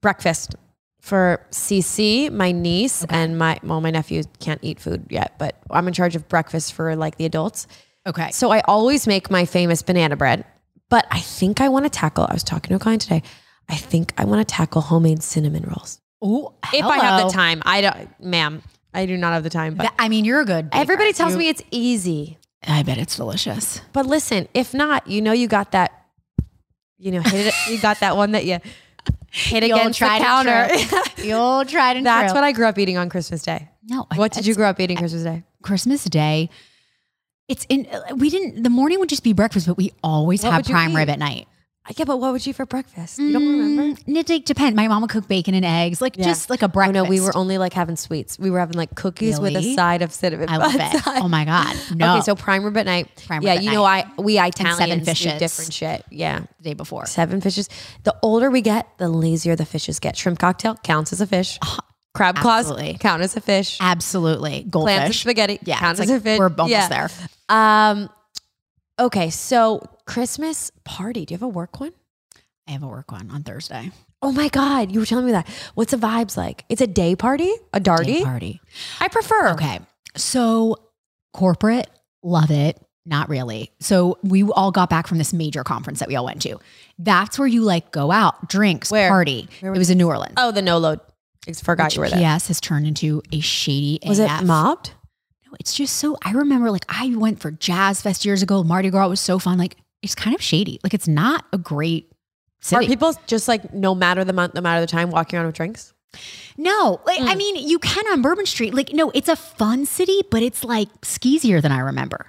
Speaker 2: breakfast for CC, my niece, and my well, my nephew can't eat food yet, but I'm in charge of breakfast for like the adults.
Speaker 1: Okay.
Speaker 2: So I always make my famous banana bread, but I think I want to tackle. I was talking to a client today. I think I want to tackle homemade cinnamon rolls.
Speaker 1: Ooh,
Speaker 2: If I have
Speaker 1: hello.
Speaker 2: the time, I don't, ma'am. I do not have the time. But
Speaker 1: Th- I mean, you're a good. baker.
Speaker 2: everybody tells
Speaker 1: You-
Speaker 2: me it's easy,
Speaker 1: I bet it's delicious.
Speaker 2: but listen, if not, you know you got that. You know, hit it, you got that one that you hit
Speaker 1: You'll
Speaker 2: against the
Speaker 1: try
Speaker 2: counter.
Speaker 1: You'll try and
Speaker 2: That's
Speaker 1: true.
Speaker 2: what I grew up eating on Christmas Day.
Speaker 1: No. I-
Speaker 2: What did you
Speaker 1: it's
Speaker 2: grow up eating Christmas Day?
Speaker 1: Christmas Day. It's in. uh, We didn't. The morning would just be breakfast, but we always
Speaker 2: What
Speaker 1: have
Speaker 2: would you
Speaker 1: prime rib
Speaker 2: eat?
Speaker 1: at night.
Speaker 2: Yeah, but what would you for breakfast? You don't remember?
Speaker 1: Mm, It did- depend. My mom would cook bacon and eggs, like just like a breakfast.
Speaker 2: Oh, No, we were only like having sweets. We were having like cookies with
Speaker 1: Really?
Speaker 2: a side of cinnamon.
Speaker 1: I love
Speaker 2: buns.
Speaker 1: it. Oh my god. No.
Speaker 2: Okay, so prime rib at night.
Speaker 1: Prime
Speaker 2: yeah,
Speaker 1: rib at
Speaker 2: you know I we Italians
Speaker 1: seven
Speaker 2: do
Speaker 1: fishes.
Speaker 2: different shit. Yeah,
Speaker 1: the day before.
Speaker 2: seven fishes. The older we get, the lazier the fishes get. Shrimp cocktail counts as a fish. Crab claws
Speaker 1: Ah, absolutely.
Speaker 2: count as a fish.
Speaker 1: Absolutely.
Speaker 2: Plants and
Speaker 1: Goldfish.
Speaker 2: spaghetti
Speaker 1: Yeah.
Speaker 2: count
Speaker 1: it's
Speaker 2: as
Speaker 1: like
Speaker 2: a fish.
Speaker 1: We're almost
Speaker 2: Yeah.
Speaker 1: there.
Speaker 2: Um, okay, so Christmas party. Do you have a work one?
Speaker 1: I have a work one on Thursday.
Speaker 2: Oh my god, you were telling me that. What's the vibes like? It's a day party, a darty.
Speaker 1: Day party.
Speaker 2: I prefer.
Speaker 1: Okay. So corporate, love it. Not really. So we all got back from this major conference that we all went to. That's where you like go out, drinks,
Speaker 2: Where?
Speaker 1: party.
Speaker 2: Where
Speaker 1: it
Speaker 2: was
Speaker 1: was in New Orleans.
Speaker 2: Oh, the no load. I forgot
Speaker 1: Which
Speaker 2: you were there.
Speaker 1: PS has turned into a shady
Speaker 2: Was
Speaker 1: AF.
Speaker 2: it mobbed?
Speaker 1: No, It's just so I remember like I went for Jazz Fest years ago. Mardi Gras was so fun. Like it's kind of shady. Like it's not a great
Speaker 2: Are
Speaker 1: city.
Speaker 2: people just like no matter the month, no matter the time, walking around with drinks?
Speaker 1: no, like
Speaker 2: Hmm.
Speaker 1: I mean,
Speaker 2: Hmm.
Speaker 1: you can on Bourbon Street. Like no, it's a fun city, but it's like skeezier than I remember.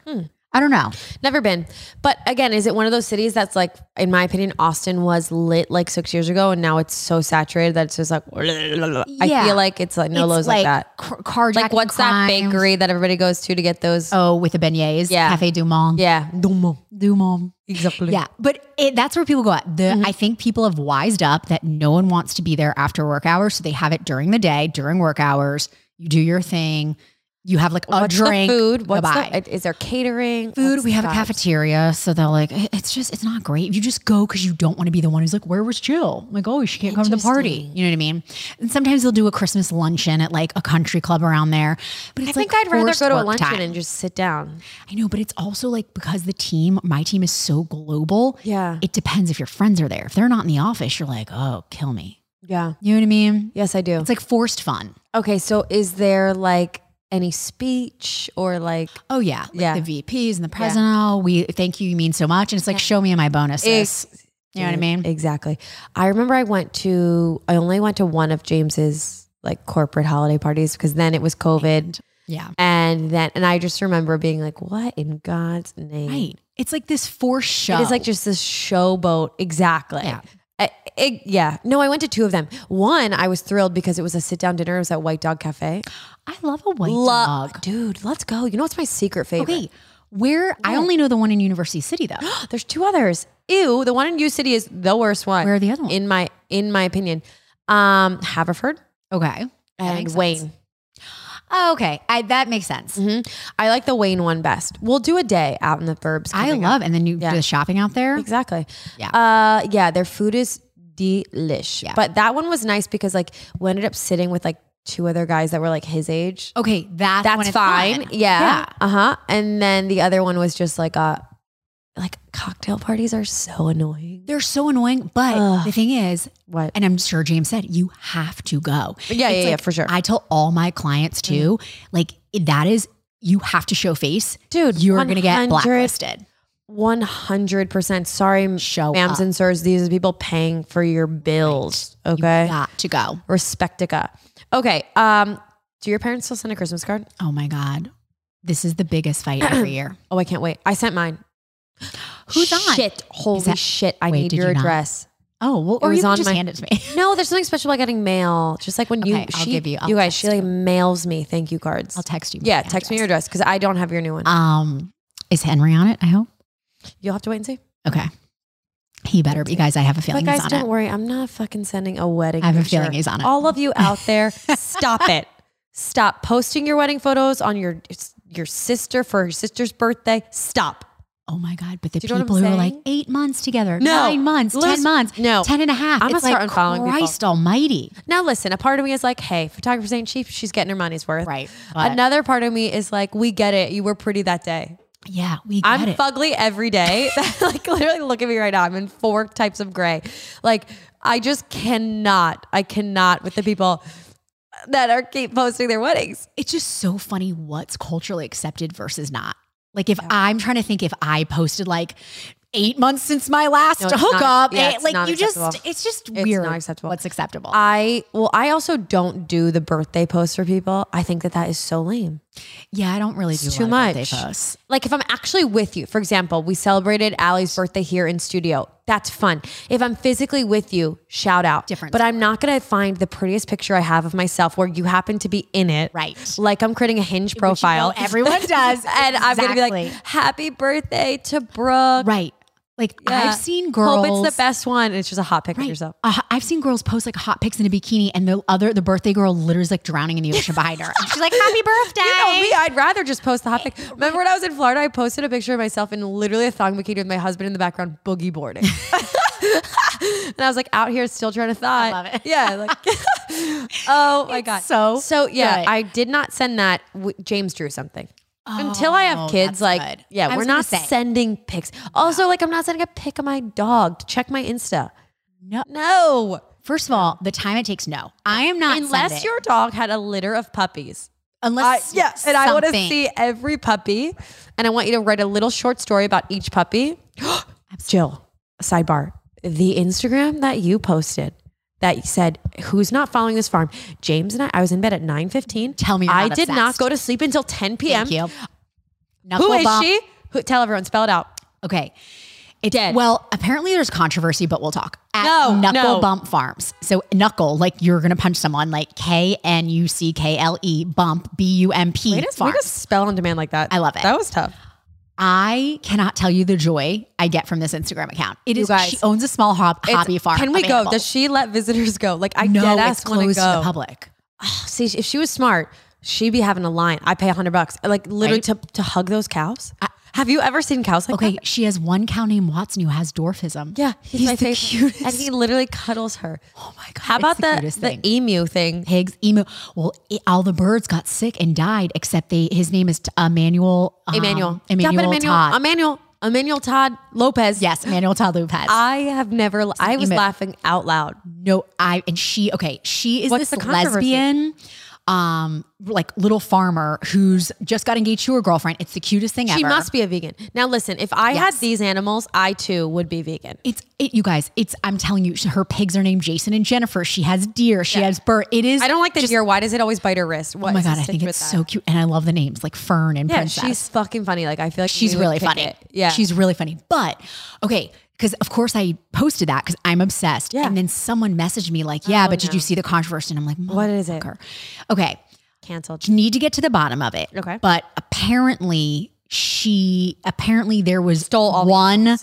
Speaker 1: I don't know.
Speaker 2: Never been. But again, is it one of those cities that's like, in my opinion, Austin was lit like six years ago and now it's so saturated that it's just like, I
Speaker 1: Yeah.
Speaker 2: feel like it's like no
Speaker 1: It's
Speaker 2: lows like, that.
Speaker 1: Car- carjacking
Speaker 2: Like, what's that
Speaker 1: crimes.
Speaker 2: bakery that everybody goes to to get those?
Speaker 1: Oh, with the beignets.
Speaker 2: Yeah.
Speaker 1: Cafe Du Monde.
Speaker 2: Yeah.
Speaker 1: Du Monde.
Speaker 2: Exactly.
Speaker 1: Yeah, but it, that's where people go at. The,
Speaker 2: Mm-hmm.
Speaker 1: I think people have wised up that no one wants to be there after work hours, so they have it during the day, during work hours. You do your thing. You have like a
Speaker 2: What's
Speaker 1: drink.
Speaker 2: the food? What's
Speaker 1: Goodbye.
Speaker 2: the, is there catering?
Speaker 1: Food.
Speaker 2: What's
Speaker 1: we
Speaker 2: the
Speaker 1: have a
Speaker 2: vibe?
Speaker 1: cafeteria, so they're like, "It- it's just, it's not great. You just go because you don't want to be the one who's like, where was Jill? I'm like, oh, she can't come to the party.
Speaker 2: Interesting.
Speaker 1: You know what I mean? And sometimes they'll do a Christmas luncheon at like a country club around there. But
Speaker 2: I
Speaker 1: it's
Speaker 2: think
Speaker 1: like
Speaker 2: I'd rather
Speaker 1: forced
Speaker 2: go to a
Speaker 1: work
Speaker 2: luncheon
Speaker 1: time.
Speaker 2: and just sit down.
Speaker 1: I know, but it's also like because the team, my team is so global.
Speaker 2: Yeah.
Speaker 1: It depends if your friends are there. If they're not in the office, you're like, oh, kill me.
Speaker 2: Yeah.
Speaker 1: You know what I mean?
Speaker 2: Yes, I do.
Speaker 1: It's like forced fun.
Speaker 2: Okay. So is there like any speech or like
Speaker 1: Oh yeah, like
Speaker 2: Yeah.
Speaker 1: The VPs and the president. Oh, we thank you. You mean so much. And it's like, show me my bonuses. you know what I mean?
Speaker 2: Exactly. I remember I went to, I only went to one of James's like corporate holiday parties because then it was COVID.
Speaker 1: yeah,
Speaker 2: And then, and I just remember being like, what in God's name?
Speaker 1: right. It's like this forced show.
Speaker 2: It is like just this showboat. Exactly.
Speaker 1: Yeah.
Speaker 2: I, it, yeah. No, I went to two of them. One, I was thrilled because it was a sit down dinner. It was at White Dog Cafe.
Speaker 1: I love a white
Speaker 2: Lo-
Speaker 1: dog.
Speaker 2: Dude, let's go. You know what's my secret favorite?
Speaker 1: Okay, where I only know the one in University City though.
Speaker 2: There's two others. Ew, the one in U City is the worst one.
Speaker 1: Where are the other ones?
Speaker 2: in my in my opinion. Um Haverford
Speaker 1: Okay, That
Speaker 2: and
Speaker 1: makes sense. Oh,
Speaker 2: Wayne.
Speaker 1: okay, I, that makes sense.
Speaker 2: Mhm. I like the Wayne one best. We'll do a day out in the burbs.
Speaker 1: I
Speaker 2: coming up.
Speaker 1: love, and then you
Speaker 2: Yeah.
Speaker 1: do the shopping out there.
Speaker 2: exactly.
Speaker 1: Yeah.
Speaker 2: Uh yeah, their food is delish.
Speaker 1: Yeah.
Speaker 2: But that one was nice because like we ended up sitting with like two other guys that were like his age.
Speaker 1: Okay, that's when
Speaker 2: That's
Speaker 1: it's
Speaker 2: fine.
Speaker 1: fun.
Speaker 2: Yeah. Uh-huh. And then the other one was just like a like cocktail parties are so annoying.
Speaker 1: They're so annoying. But
Speaker 2: Ugh.
Speaker 1: the thing is,
Speaker 2: What?
Speaker 1: and I'm sure James said, you have to go.
Speaker 2: Yeah,
Speaker 1: It's
Speaker 2: yeah, yeah,
Speaker 1: like,
Speaker 2: for sure. Mm-hmm.
Speaker 1: I tell all my clients too, like it- that is, you have to show face.
Speaker 2: Dude,
Speaker 1: You're going to get
Speaker 2: 100
Speaker 1: blacklisted.
Speaker 2: One hundred percent. Sorry,
Speaker 1: Show
Speaker 2: ma'ams
Speaker 1: up.
Speaker 2: and sirs. These are people paying for your bills. Okay,
Speaker 1: Got to go.
Speaker 2: respectica. Okay. Um, do your parents still send a Christmas card?
Speaker 1: Oh my God. This is the biggest fight every year.
Speaker 2: Oh, I can't wait. I sent mine.
Speaker 1: Who's on?
Speaker 2: Shit! Holy
Speaker 1: Is that-
Speaker 2: shit! I
Speaker 1: Wait,
Speaker 2: need
Speaker 1: did
Speaker 2: your
Speaker 1: you not?
Speaker 2: address.
Speaker 1: Oh, well, or
Speaker 2: was
Speaker 1: you can
Speaker 2: on
Speaker 1: just
Speaker 2: my-
Speaker 1: hand it to me.
Speaker 2: No, there's something special about getting mail. Just like when you,
Speaker 1: Okay, I'll
Speaker 2: she,
Speaker 1: give you- I'll
Speaker 2: guys, she
Speaker 1: text
Speaker 2: like mails me thank you cards.
Speaker 1: I'll text you. my
Speaker 2: yeah, text me your
Speaker 1: address.
Speaker 2: address because I don't have your new one.
Speaker 1: Um, is Henry on it? I hope.
Speaker 2: You'll have to wait and see.
Speaker 1: Okay. He better be, guys. I have a feeling
Speaker 2: But guys,
Speaker 1: he's on
Speaker 2: don't
Speaker 1: it.
Speaker 2: worry. I'm not fucking sending a wedding.
Speaker 1: I have a
Speaker 2: picture.
Speaker 1: feeling he's on it.
Speaker 2: All of you out there, stop it. Stop posting your wedding photos on your your sister for her sister's birthday. Stop.
Speaker 1: Oh my God. But the
Speaker 2: Do you know what
Speaker 1: people
Speaker 2: I'm
Speaker 1: who are like
Speaker 2: saying?
Speaker 1: eight months together,
Speaker 2: No.
Speaker 1: nine months, 10
Speaker 2: Listen-
Speaker 1: months,
Speaker 2: no.
Speaker 1: ten and a half.
Speaker 2: I'm gonna
Speaker 1: it's like,
Speaker 2: start unfollowing people.
Speaker 1: Christ almighty.
Speaker 2: Now listen, a part of me is like, hey, photographer's ain't cheap. She's getting her money's worth.
Speaker 1: Right. Another,
Speaker 2: Another part of me is like, we get it. You were pretty that day.
Speaker 1: yeah, we got
Speaker 2: I'm
Speaker 1: it.
Speaker 2: fugly every day. like literally look at me right now. I'm in four types of gray. Like I just cannot, I cannot with the people that are keep posting their weddings.
Speaker 1: it's just so funny what's culturally accepted versus not. Like if I'm trying to think if I posted like eight months since my last
Speaker 2: No, it's not-
Speaker 1: hookup,
Speaker 2: yeah,
Speaker 1: eh,
Speaker 2: it's not
Speaker 1: like you just,
Speaker 2: acceptable.
Speaker 1: it's just
Speaker 2: It's
Speaker 1: weird.
Speaker 2: not acceptable.
Speaker 1: What's acceptable?
Speaker 2: I well, I also don't do the birthday posts for people. I think that that is so lame.
Speaker 1: yeah, I don't really do
Speaker 2: It's
Speaker 1: a
Speaker 2: too
Speaker 1: lot of birthday
Speaker 2: much.
Speaker 1: posts.
Speaker 2: Like if I'm actually with you, for example, we celebrated Allie's birthday here in studio. That's fun. If I'm physically with you, shout out.
Speaker 1: Different
Speaker 2: But I'm not gonna find the prettiest picture I have of myself where you happen to be in it.
Speaker 1: Right.
Speaker 2: Like I'm creating a hinge profile.
Speaker 1: know everyone does.
Speaker 2: and I'm gonna be
Speaker 1: Exactly.
Speaker 2: like, happy birthday to Brooke.
Speaker 1: Right. Like
Speaker 2: Yeah.
Speaker 1: I've seen girls.
Speaker 2: Hope it's the best one. And it's just a hot pic of yourself.
Speaker 1: Uh, I've seen girls post like hot pics in a bikini, and the other, the birthday girl, literally is like drowning in the ocean behind her. And she's like, "Happy birthday!"
Speaker 2: You know me, I'd rather just post the hot pic. Remember when I was in Florida, I posted a picture of myself in literally a thong bikini with my husband in the background boogie boarding. and I was like out here still trying to thaw.
Speaker 1: love it.
Speaker 2: Yeah. Like, oh my God.
Speaker 1: so
Speaker 2: So yeah,
Speaker 1: good.
Speaker 2: I did not send that. W- James drew something. Until I have
Speaker 1: Oh,
Speaker 2: kids,
Speaker 1: that's
Speaker 2: like,
Speaker 1: good. I
Speaker 2: yeah,
Speaker 1: was
Speaker 2: we're
Speaker 1: gonna
Speaker 2: not
Speaker 1: say.
Speaker 2: sending pics. Also, like, I'm not sending a pic of my dog to check my Insta.
Speaker 1: No.
Speaker 2: No.
Speaker 1: First of all, the time it takes. No, I am not.
Speaker 2: Unless
Speaker 1: sending.
Speaker 2: your dog had a litter of puppies. I,
Speaker 1: unless
Speaker 2: yeah, and I want to
Speaker 1: something.
Speaker 2: see every puppy, and I want you to write a little short story about each puppy. Jill, sidebar: the Instagram that you posted that said, "Who's not following this farm?" James and I. I was in bed at nine fifteen.
Speaker 1: Tell me you're
Speaker 2: I
Speaker 1: not
Speaker 2: did not
Speaker 1: obsessed.
Speaker 2: go to sleep until ten p.m.
Speaker 1: Thank you.
Speaker 2: Who
Speaker 1: Knuckle
Speaker 2: is
Speaker 1: bump.
Speaker 2: she? Who, tell everyone, spell it out.
Speaker 1: Okay. It's,
Speaker 2: Dead.
Speaker 1: Well, apparently there's controversy, but we'll talk. At
Speaker 2: No,
Speaker 1: Knuckle
Speaker 2: no.
Speaker 1: Bump Farms. So knuckle, like you're gonna punch someone, like K N U C K L E bump B U M P
Speaker 2: We just, we
Speaker 1: Farms.
Speaker 2: just spell on demand like that.
Speaker 1: I love it.
Speaker 2: That was tough.
Speaker 1: I cannot tell you the joy I get from this Instagram account. It is
Speaker 2: guys,
Speaker 1: she owns a small hob, hobby farm.
Speaker 2: Can we
Speaker 1: of
Speaker 2: go?
Speaker 1: animals.
Speaker 2: Does she let visitors go? Like I
Speaker 1: no,
Speaker 2: dead
Speaker 1: it's
Speaker 2: ass want
Speaker 1: closed
Speaker 2: to
Speaker 1: to the
Speaker 2: go.
Speaker 1: public.
Speaker 2: See, if she was smart, she'd be having a line. I pay a hundred bucks, like literally
Speaker 1: Right.
Speaker 2: to, to hug those cows. Have you ever seen cows like
Speaker 1: Okay,
Speaker 2: that?
Speaker 1: she has one cow named Watson who has dwarfism.
Speaker 2: Yeah, he's,
Speaker 1: he's
Speaker 2: my
Speaker 1: the
Speaker 2: favorite.
Speaker 1: cutest.
Speaker 2: and he literally cuddles her.
Speaker 1: oh my god!
Speaker 2: How about
Speaker 1: it's the,
Speaker 2: the
Speaker 1: cutest
Speaker 2: the,
Speaker 1: thing?
Speaker 2: emu thing?
Speaker 1: pigs, emu. Well, i all the birds got sick and died, except they. His name is T- Emmanuel. um,
Speaker 2: Emmanuel,
Speaker 1: Emmanuel,
Speaker 2: Stop it, Emmanuel, Um,
Speaker 1: Todd.
Speaker 2: Emmanuel, Emmanuel Todd Lopez.
Speaker 1: yes, Emmanuel Todd Lopez.
Speaker 2: I have never. I was
Speaker 1: emu.
Speaker 2: laughing out loud.
Speaker 1: no, I and she. Okay, she is
Speaker 2: What's
Speaker 1: this
Speaker 2: the controversy?
Speaker 1: lesbian. Um, like little farmer who's just got engaged to her girlfriend. It's the cutest thing ever.
Speaker 2: She must be a vegan. Now listen, if I
Speaker 1: Yes.
Speaker 2: had these animals, I too would be vegan.
Speaker 1: It's it, you guys. It's I'm telling you, her pigs are named Jason and Jennifer. She has deer. She has bird. It is.
Speaker 2: I don't like the deer. Why does it always bite her wrist? What
Speaker 1: Oh my
Speaker 2: is the
Speaker 1: god, I
Speaker 2: stitch
Speaker 1: think
Speaker 2: with
Speaker 1: it's
Speaker 2: that?
Speaker 1: so cute, and I love the names like Fern and
Speaker 2: Yeah,
Speaker 1: Princess.
Speaker 2: she's fucking funny. Like I feel like
Speaker 1: She's
Speaker 2: we would
Speaker 1: really
Speaker 2: kick
Speaker 1: funny.
Speaker 2: it. Yeah,
Speaker 1: She's really funny. But okay, because of course I posted that because I'm obsessed.
Speaker 2: Yeah. Oh
Speaker 1: And then someone messaged me like, yeah, but did you see the controversy? And I'm like,
Speaker 2: What is it?
Speaker 1: motherfucker. Okay.
Speaker 2: canceled.
Speaker 1: Need to get to the bottom of it.
Speaker 2: Okay.
Speaker 1: But apparently she apparently there was
Speaker 2: Stole all the
Speaker 1: one.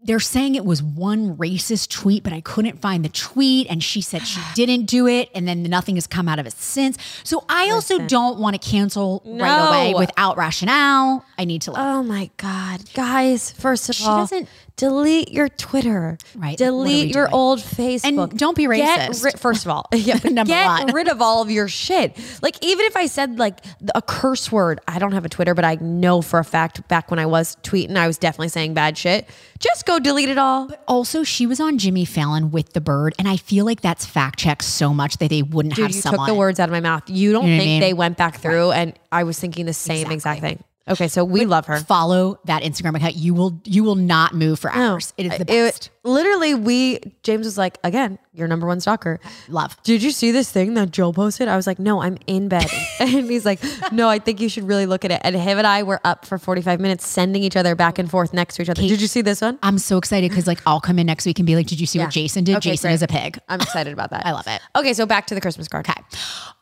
Speaker 1: They're saying it was one racist tweet, but I couldn't find the tweet. And she said she didn't do it. And then nothing has come out of it since. So I also don't want to cancel right
Speaker 2: No.
Speaker 1: away without rationale. I need to look.
Speaker 2: Oh my god, guys! First of
Speaker 1: She
Speaker 2: all,
Speaker 1: doesn't-
Speaker 2: delete your Twitter.
Speaker 1: Right, like, what are we
Speaker 2: Delete your
Speaker 1: doing?
Speaker 2: old Facebook.
Speaker 1: And don't be
Speaker 2: Get
Speaker 1: racist.
Speaker 2: ri- first of all, yeah, but
Speaker 1: Number
Speaker 2: get
Speaker 1: one.
Speaker 2: rid of all of your shit. Like even if I said like th- a curse word, I don't have a Twitter, but I know for a fact back when I was tweeting, I was definitely saying bad shit. Just go delete it all.
Speaker 1: Also, she was on Jimmy Fallon with the bird, and I feel like that's fact checked so much that they wouldn't
Speaker 2: Dude,
Speaker 1: have
Speaker 2: you
Speaker 1: someone.
Speaker 2: took the words out of my mouth. You don't
Speaker 1: You know what I
Speaker 2: think
Speaker 1: mean?
Speaker 2: they went back through? And I was thinking the same exact thing. Okay, so we love her.
Speaker 1: Follow that Instagram account. You will you will not move for hours. it is the
Speaker 2: Uh,
Speaker 1: best.
Speaker 2: Oh, literally, we James was like, again, your number one stalker.
Speaker 1: Love.
Speaker 2: Did you see this thing that Joe posted? I was like, no, I'm in bed. and he's like, no, I think you should really look at it. And him and I were up for 45 minutes sending each other back and forth next to each other. Did you see this one?
Speaker 1: I'm so excited because like I'll come in next week and be like, "Did you see
Speaker 2: Yeah.
Speaker 1: what Jason did?
Speaker 2: Okay,
Speaker 1: Jason
Speaker 2: great.
Speaker 1: is a pig."
Speaker 2: I'm excited about that.
Speaker 1: I love it.
Speaker 2: Okay, so back to the Christmas card.
Speaker 1: Okay.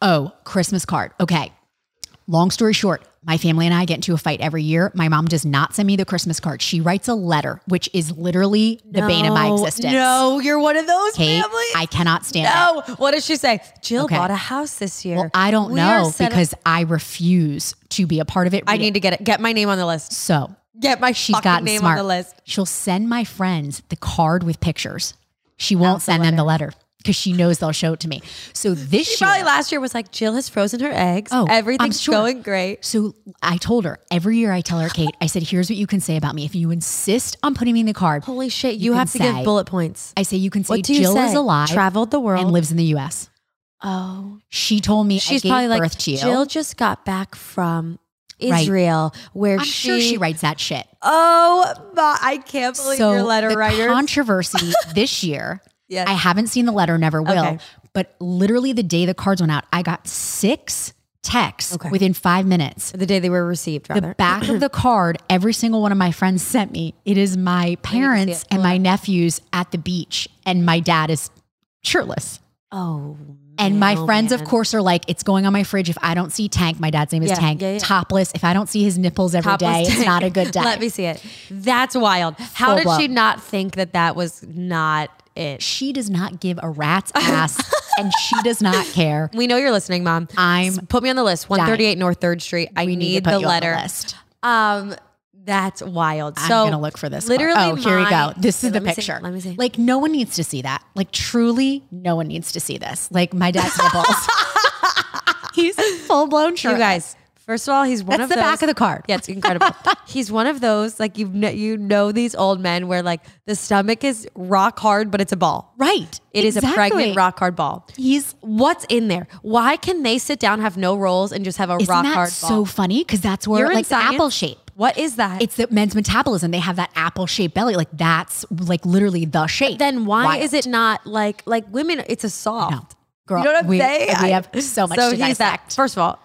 Speaker 1: Oh, Christmas card. Okay. Long story short, my family and I get into a fight every year. My mom does not send me the Christmas card. She writes a letter, which is literally the bane of my
Speaker 2: No,
Speaker 1: existence.
Speaker 2: No, you're one of those
Speaker 1: Kate,
Speaker 2: families.
Speaker 1: I cannot stand it.
Speaker 2: No. What does she say? Jill
Speaker 1: Okay.
Speaker 2: bought a house this year.
Speaker 1: Well, I don't
Speaker 2: We are
Speaker 1: know
Speaker 2: set up-
Speaker 1: because I refuse to be a part of it.
Speaker 2: I need to get it. Get my name on the list.
Speaker 1: so
Speaker 2: Get my
Speaker 1: she's
Speaker 2: fucking
Speaker 1: gotten
Speaker 2: name
Speaker 1: smart.
Speaker 2: on the list.
Speaker 1: She'll send my friends the card with pictures. She won't send them the letter because she knows they'll show it to me. So this year,
Speaker 2: Probably last year was like Jill has frozen her eggs.
Speaker 1: Oh, I'm
Speaker 2: everything's
Speaker 1: sure.
Speaker 2: going great.
Speaker 1: so I told her every year I tell her, Kate, I said, here's what you can say about me. If you insist on putting me in the card,
Speaker 2: Holy shit! You,
Speaker 1: You can
Speaker 2: have to
Speaker 1: say-
Speaker 2: give bullet points.
Speaker 1: I say you can say
Speaker 2: What do you
Speaker 1: Jill
Speaker 2: say?
Speaker 1: is alive
Speaker 2: Traveled the world.
Speaker 1: and lives in the U.S.
Speaker 2: oh,
Speaker 1: She told me
Speaker 2: she's
Speaker 1: I gave
Speaker 2: probably
Speaker 1: birth
Speaker 2: like
Speaker 1: to you.
Speaker 2: Jill just got back from
Speaker 1: Right.
Speaker 2: Israel, where
Speaker 1: I'm
Speaker 2: she.
Speaker 1: sure she writes that shit.
Speaker 2: oh, my, I can't believe your letter
Speaker 1: the
Speaker 2: writer.
Speaker 1: controversy this year.
Speaker 2: Yes.
Speaker 1: I haven't seen the letter, never will.
Speaker 2: Okay.
Speaker 1: But literally the day the cards went out, I got six texts
Speaker 2: Okay.
Speaker 1: within five minutes.
Speaker 2: the day they were received, rather.
Speaker 1: The back of the card, every single one of my friends sent me. It is my parents and my nephews at the beach, and my dad is shirtless.
Speaker 2: oh,
Speaker 1: And my
Speaker 2: man.
Speaker 1: friends, of course, are like, it's going on my fridge. If I don't see Tank, my dad's name is
Speaker 2: Yeah,
Speaker 1: Tank,
Speaker 2: yeah, yeah.
Speaker 1: topless. If I don't see his nipples every day,
Speaker 2: Topless
Speaker 1: it's
Speaker 2: tank.
Speaker 1: not a good day.
Speaker 2: Let me see it. That's wild. How
Speaker 1: Full
Speaker 2: did she
Speaker 1: blown.
Speaker 2: not think that that was not it?
Speaker 1: she does not give a rat's ass and she does not care.
Speaker 2: We know you're listening, mom.
Speaker 1: I'm
Speaker 2: Put me on the list. 138 North 3rd Street. I
Speaker 1: we
Speaker 2: need,
Speaker 1: need, to put
Speaker 2: the
Speaker 1: you on
Speaker 2: letter.
Speaker 1: list.
Speaker 2: Um that's wild.
Speaker 1: I'm
Speaker 2: so
Speaker 1: gonna look for this.
Speaker 2: Literally,
Speaker 1: Literally, oh, here we go.
Speaker 2: my-
Speaker 1: This is
Speaker 2: Okay,
Speaker 1: the
Speaker 2: let me see.
Speaker 1: picture.
Speaker 2: Let me see.
Speaker 1: Like, no one needs to see that. Like, truly, no one needs to see this. Like, my dad's nipples. He's full blown
Speaker 2: you
Speaker 1: shirtless.
Speaker 2: guys. First of all, he's one
Speaker 1: That's
Speaker 2: of
Speaker 1: the
Speaker 2: those,
Speaker 1: back of the card.
Speaker 2: Yeah, it's incredible. he's one of those like you know, you know these old men where like the stomach is rock hard, but it's a ball.
Speaker 1: right?
Speaker 2: It is
Speaker 1: Exactly.
Speaker 2: a pregnant rock hard ball.
Speaker 1: He's
Speaker 2: What's in there? Why can they sit down, have no rolls, and just have a
Speaker 1: isn't
Speaker 2: rock
Speaker 1: that
Speaker 2: hard
Speaker 1: so
Speaker 2: ball?
Speaker 1: funny? Because that's where
Speaker 2: You're in
Speaker 1: like the
Speaker 2: science?
Speaker 1: apple shape.
Speaker 2: What is that?
Speaker 1: It's the men's metabolism. They have that apple shaped belly. Like that's like literally the shape.
Speaker 2: then why
Speaker 1: Wild.
Speaker 2: is it not like like women? It's a soft.
Speaker 1: No. Girl,
Speaker 2: you know what I'm
Speaker 1: we,
Speaker 2: saying?
Speaker 1: We
Speaker 2: I-
Speaker 1: have so much to
Speaker 2: he's that-
Speaker 1: dissect.
Speaker 2: first of all,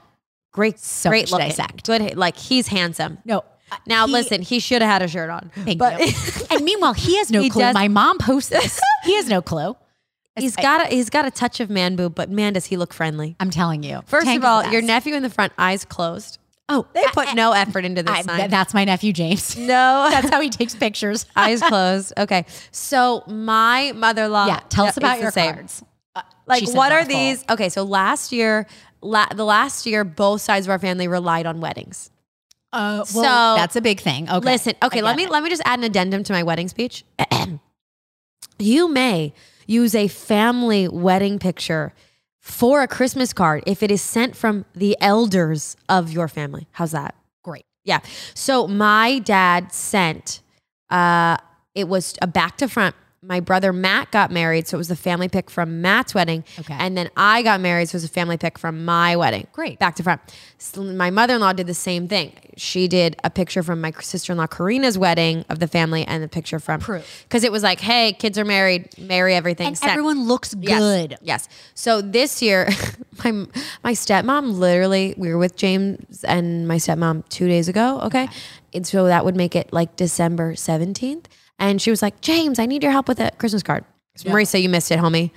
Speaker 2: great,
Speaker 1: So
Speaker 2: great
Speaker 1: much to
Speaker 2: looking,
Speaker 1: dissect.
Speaker 2: good. Like he's handsome.
Speaker 1: no,
Speaker 2: Now,
Speaker 1: he-
Speaker 2: listen, he should have had a shirt on.
Speaker 1: Uh, Thank
Speaker 2: but
Speaker 1: you. and meanwhile, he has no
Speaker 2: He
Speaker 1: clue.
Speaker 2: does-
Speaker 1: My mom posts this. He has no clue.
Speaker 2: he's got a, he's got a touch of man boob, but man, does he look friendly.
Speaker 1: I'm telling you.
Speaker 2: First
Speaker 1: Tank
Speaker 2: of
Speaker 1: is
Speaker 2: all,
Speaker 1: the
Speaker 2: your
Speaker 1: best.
Speaker 2: nephew in the front, eyes closed.
Speaker 1: Oh,
Speaker 2: They put no effort into this
Speaker 1: I,
Speaker 2: sign.
Speaker 1: th- that's my nephew James.
Speaker 2: no,
Speaker 1: That's how he takes pictures.
Speaker 2: eyes closed. Okay, so my mother-in-law.
Speaker 1: Uh, yeah, tell us
Speaker 2: it's
Speaker 1: about
Speaker 2: the
Speaker 1: your
Speaker 2: same.
Speaker 1: cards.
Speaker 2: Like,
Speaker 1: She sends
Speaker 2: what
Speaker 1: out
Speaker 2: are
Speaker 1: a full.
Speaker 2: these? Okay, so last year, la- the last year, both sides of our family relied on weddings.
Speaker 1: Uh, well,
Speaker 2: So-
Speaker 1: that's a big thing. Okay,
Speaker 2: Listen, okay,
Speaker 1: I
Speaker 2: let
Speaker 1: get
Speaker 2: me
Speaker 1: it.
Speaker 2: let me just add an addendum to my wedding speech. you may use a family wedding picture for a Christmas card if it is sent from the elders of your family. How's that?
Speaker 1: Great.
Speaker 2: Yeah. So my dad sent uh it was a back to front. My brother Matt got married, so it was the family pic from Matt's wedding.
Speaker 1: Okay.
Speaker 2: And then I got married, so it was a family pic from my wedding.
Speaker 1: Great.
Speaker 2: Back to front. So my mother in law did the same thing. She did a picture from my sister in law Karina's wedding of the family and a picture from.
Speaker 1: Proof.
Speaker 2: Because it was like, hey, kids are married, marry everything.
Speaker 1: And
Speaker 2: send.
Speaker 1: everyone looks
Speaker 2: Yes.
Speaker 1: good.
Speaker 2: Yes. So this year, my my stepmom literally we were with James and my stepmom two days ago. Okay, and so that would make it like December seventeenth, and she was like, "James, I need your help with a Christmas card." So, Marisa, you missed it, homie.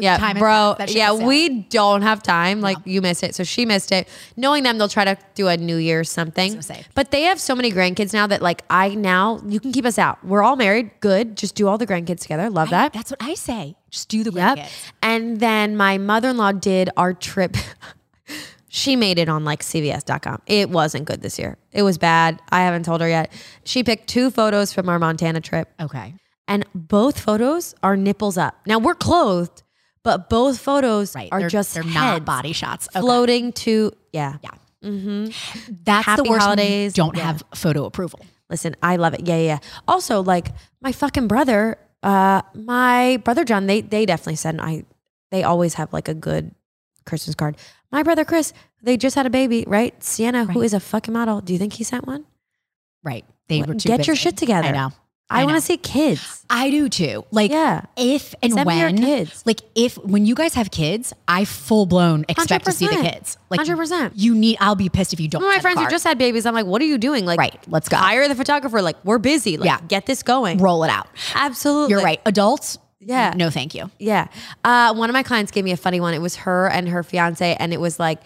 Speaker 2: Yeah,
Speaker 1: Time is-
Speaker 2: bro.
Speaker 1: that ship
Speaker 2: Yeah,
Speaker 1: has sailed.
Speaker 2: we don't have time. Like you missed it, so she missed it. Knowing them, they'll try to do a New Year's something.
Speaker 1: gonna say.
Speaker 2: But they have so many grandkids now that like I now you can keep us out. We're all married. Good. Just do all the grandkids together. Love that.
Speaker 1: That's what I say. Just do the
Speaker 2: Yep.
Speaker 1: grandkids.
Speaker 2: And then my mother in law did our trip. she made it on like CVS.com. It wasn't good this year. It was bad. I haven't told her yet. She picked two photos from our Montana trip,
Speaker 1: Okay.
Speaker 2: and both photos are nipples up. Now we're clothed, but both photos
Speaker 1: Right.
Speaker 2: are
Speaker 1: they're,
Speaker 2: just
Speaker 1: they're
Speaker 2: heads
Speaker 1: not body shots. Okay.
Speaker 2: floating to yeah.
Speaker 1: Yeah. That's the
Speaker 2: Happy
Speaker 1: worst when you
Speaker 2: holidays.
Speaker 1: don't
Speaker 2: Yeah.
Speaker 1: have photo approval.
Speaker 2: Listen, I love it. Yeah, yeah. yeah. Also, like my fucking brother, uh, my brother John, they they definitely send I they always have like a good Christmas card. My brother Chris, they just had a baby, right? Sienna, who
Speaker 1: Right.
Speaker 2: is a fucking model. Do you think he sent one?
Speaker 1: Right. They were too
Speaker 2: Get your
Speaker 1: busy.
Speaker 2: shit together.
Speaker 1: I know.
Speaker 2: I,
Speaker 1: I
Speaker 2: want
Speaker 1: know.
Speaker 2: to see kids.
Speaker 1: I do too. Like
Speaker 2: Yeah.
Speaker 1: if and
Speaker 2: Send me your
Speaker 1: when
Speaker 2: kids.
Speaker 1: like if when you guys have kids, I full blown expect to see the
Speaker 2: 100%.
Speaker 1: kids. Like
Speaker 2: 100%.
Speaker 1: You need I'll be pissed if you don't.
Speaker 2: Some of
Speaker 1: send
Speaker 2: my
Speaker 1: a
Speaker 2: friends who
Speaker 1: card.
Speaker 2: just had babies, I'm like, what are you doing? Like,
Speaker 1: Right, let's go.
Speaker 2: Hire the photographer. Like, we're busy. Like,
Speaker 1: Yeah.
Speaker 2: get this going.
Speaker 1: roll it out.
Speaker 2: Absolutely.
Speaker 1: You're right. Adults,
Speaker 2: Yeah.
Speaker 1: No, thank you.
Speaker 2: Yeah. Uh, one of my clients gave me a funny one. It was her and her fiance, and it was like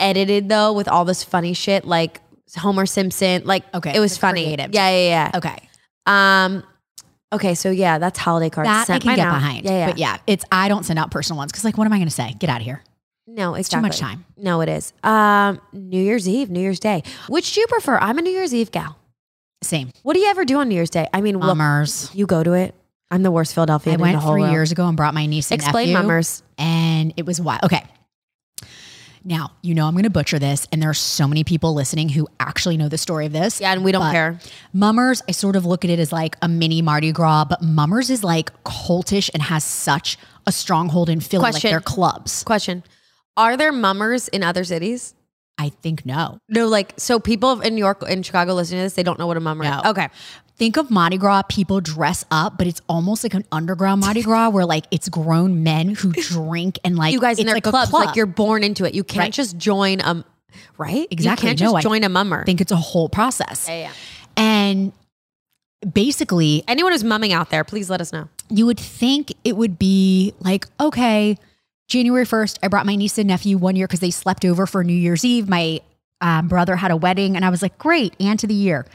Speaker 2: edited though with all this funny shit, like Homer Simpson. Like,
Speaker 1: Okay,
Speaker 2: it was
Speaker 1: the
Speaker 2: funny.
Speaker 1: creative.
Speaker 2: Yeah, yeah, yeah.
Speaker 1: Okay.
Speaker 2: Um, okay, so yeah, that's holiday cards.
Speaker 1: That I
Speaker 2: Sent
Speaker 1: can
Speaker 2: mine
Speaker 1: get
Speaker 2: out.
Speaker 1: behind.
Speaker 2: Yeah, yeah.
Speaker 1: But yeah, it's I don't send out personal ones because like what am I gonna say? Get out of here.
Speaker 2: No, exactly.
Speaker 1: too much time.
Speaker 2: No, it is. Um, New Year's Eve, New Year's Day. Which do you prefer? I'm a New Year's Eve gal.
Speaker 1: Same.
Speaker 2: What do you ever do on New Year's Day? I mean, look,
Speaker 1: Mummers.
Speaker 2: you go to it. I'm the worst
Speaker 1: Um,
Speaker 2: Philadelphia
Speaker 1: I
Speaker 2: in the
Speaker 1: went
Speaker 2: whole
Speaker 1: three
Speaker 2: world.
Speaker 1: years ago and brought my niece and
Speaker 2: Explain
Speaker 1: nephew.
Speaker 2: mummers.
Speaker 1: and it was wild. Okay. Now, you know I'm going to butcher this, and there are so many people listening who actually know the story of this.
Speaker 2: Yeah, and we don't
Speaker 1: But
Speaker 2: care.
Speaker 1: Mummers, I sort of look at it as like a mini Mardi Gras, but Mummers is like cultish and has such a stronghold in Philly,
Speaker 2: Question.
Speaker 1: like their clubs.
Speaker 2: Question: Are there mummers in other cities?
Speaker 1: I think no.
Speaker 2: No, like so people in New York in Chicago listening to this, they don't know what a mummer
Speaker 1: No.
Speaker 2: is. Okay.
Speaker 1: Think of Mardi Gras, people dress up, but it's almost like an underground Mardi Gras where like it's grown men who drink and like
Speaker 2: You guys in
Speaker 1: it's
Speaker 2: their
Speaker 1: like a
Speaker 2: clubs,
Speaker 1: club.
Speaker 2: like you're born into it. You can't
Speaker 1: Right.
Speaker 2: just join um right?
Speaker 1: Exactly.
Speaker 2: You can't
Speaker 1: No,
Speaker 2: just
Speaker 1: I
Speaker 2: join a mummer.
Speaker 1: think it's a whole process.
Speaker 2: Yeah, yeah.
Speaker 1: And basically,
Speaker 2: Anyone who's mumming out there, please let us know.
Speaker 1: you would think it would be like, okay, January 1st, I brought my niece and nephew one year because they slept over for New Year's Eve. My um, brother had a wedding, and I was like, great, and to the year.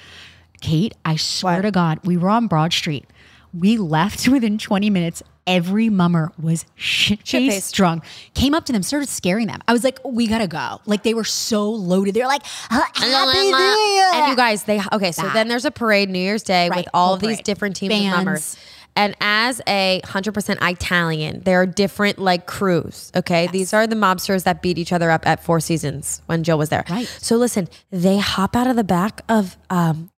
Speaker 1: Kate, I swear to God, we were on Broad Street. We left within 20 minutes. Every mummer was shit
Speaker 2: Shit-faced.
Speaker 1: faced drunk. Came up to them, started scaring them. I was like, we gotta go. Like they were so loaded. They're like, happy New Year.
Speaker 2: And you guys, they okay, so then there's a parade New Year's Day with
Speaker 1: Right,
Speaker 2: all
Speaker 1: whole
Speaker 2: of these
Speaker 1: parade.
Speaker 2: different teams
Speaker 1: Bands.
Speaker 2: of mummers. And as a 100% Italian, there are different like crews, okay? These are the mobsters that beat each other up at Four Seasons when Joe was there.
Speaker 1: Right.
Speaker 2: So listen, they hop out of the back of um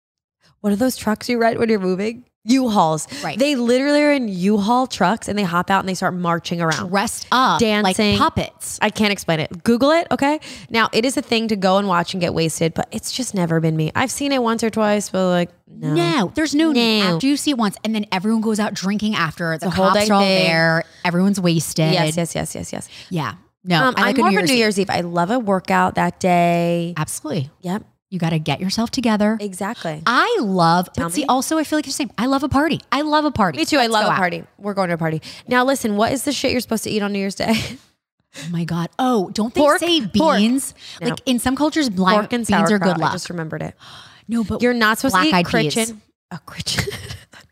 Speaker 2: what are those trucks you ride when you're moving? U-Hauls.
Speaker 1: Right.
Speaker 2: They literally are in U-Haul trucks and they hop out and they start marching around.
Speaker 1: dressed up like
Speaker 2: Dancing.
Speaker 1: puppets.
Speaker 2: I can't explain it. Google it, okay? Now, it is a thing to go and watch and get wasted, but it's just never been me. I've seen it once or twice, but like, no.
Speaker 1: No, there's no, need.
Speaker 2: Uh-huh. No.
Speaker 1: After you see it once, and then everyone goes out drinking after. The,
Speaker 2: whole
Speaker 1: cops
Speaker 2: day
Speaker 1: are all
Speaker 2: thing.
Speaker 1: there. Everyone's wasted.
Speaker 2: Yes, yes, yes, yes, yes.
Speaker 1: Yeah. No,
Speaker 2: Um,
Speaker 1: I like
Speaker 2: I'm
Speaker 1: a
Speaker 2: more
Speaker 1: New
Speaker 2: of a
Speaker 1: Year's
Speaker 2: New
Speaker 1: Eve.
Speaker 2: Year's Eve. I love a workout that day.
Speaker 1: Absolutely.
Speaker 2: Yep.
Speaker 1: You got to get yourself together.
Speaker 2: Exactly.
Speaker 1: I love,
Speaker 2: Tell
Speaker 1: but see,
Speaker 2: me.
Speaker 1: also I feel like you're the same. I love a party. I love a party.
Speaker 2: Me too. I
Speaker 1: Let's
Speaker 2: love
Speaker 1: go
Speaker 2: a
Speaker 1: out.
Speaker 2: party. We're going to a party. Now, listen, what is the shit you're supposed to eat on New Year's Day?
Speaker 1: Oh my God. Oh, don't they
Speaker 2: Pork,
Speaker 1: say
Speaker 2: pork.
Speaker 1: beans?
Speaker 2: No.
Speaker 1: Like in some cultures, blind
Speaker 2: Pork and
Speaker 1: beans are
Speaker 2: sauerkraut.
Speaker 1: good luck.
Speaker 2: I just remembered it.
Speaker 1: no, but
Speaker 2: You're not supposed to
Speaker 1: Black-eyed peas.
Speaker 2: eat crichton. A crichton.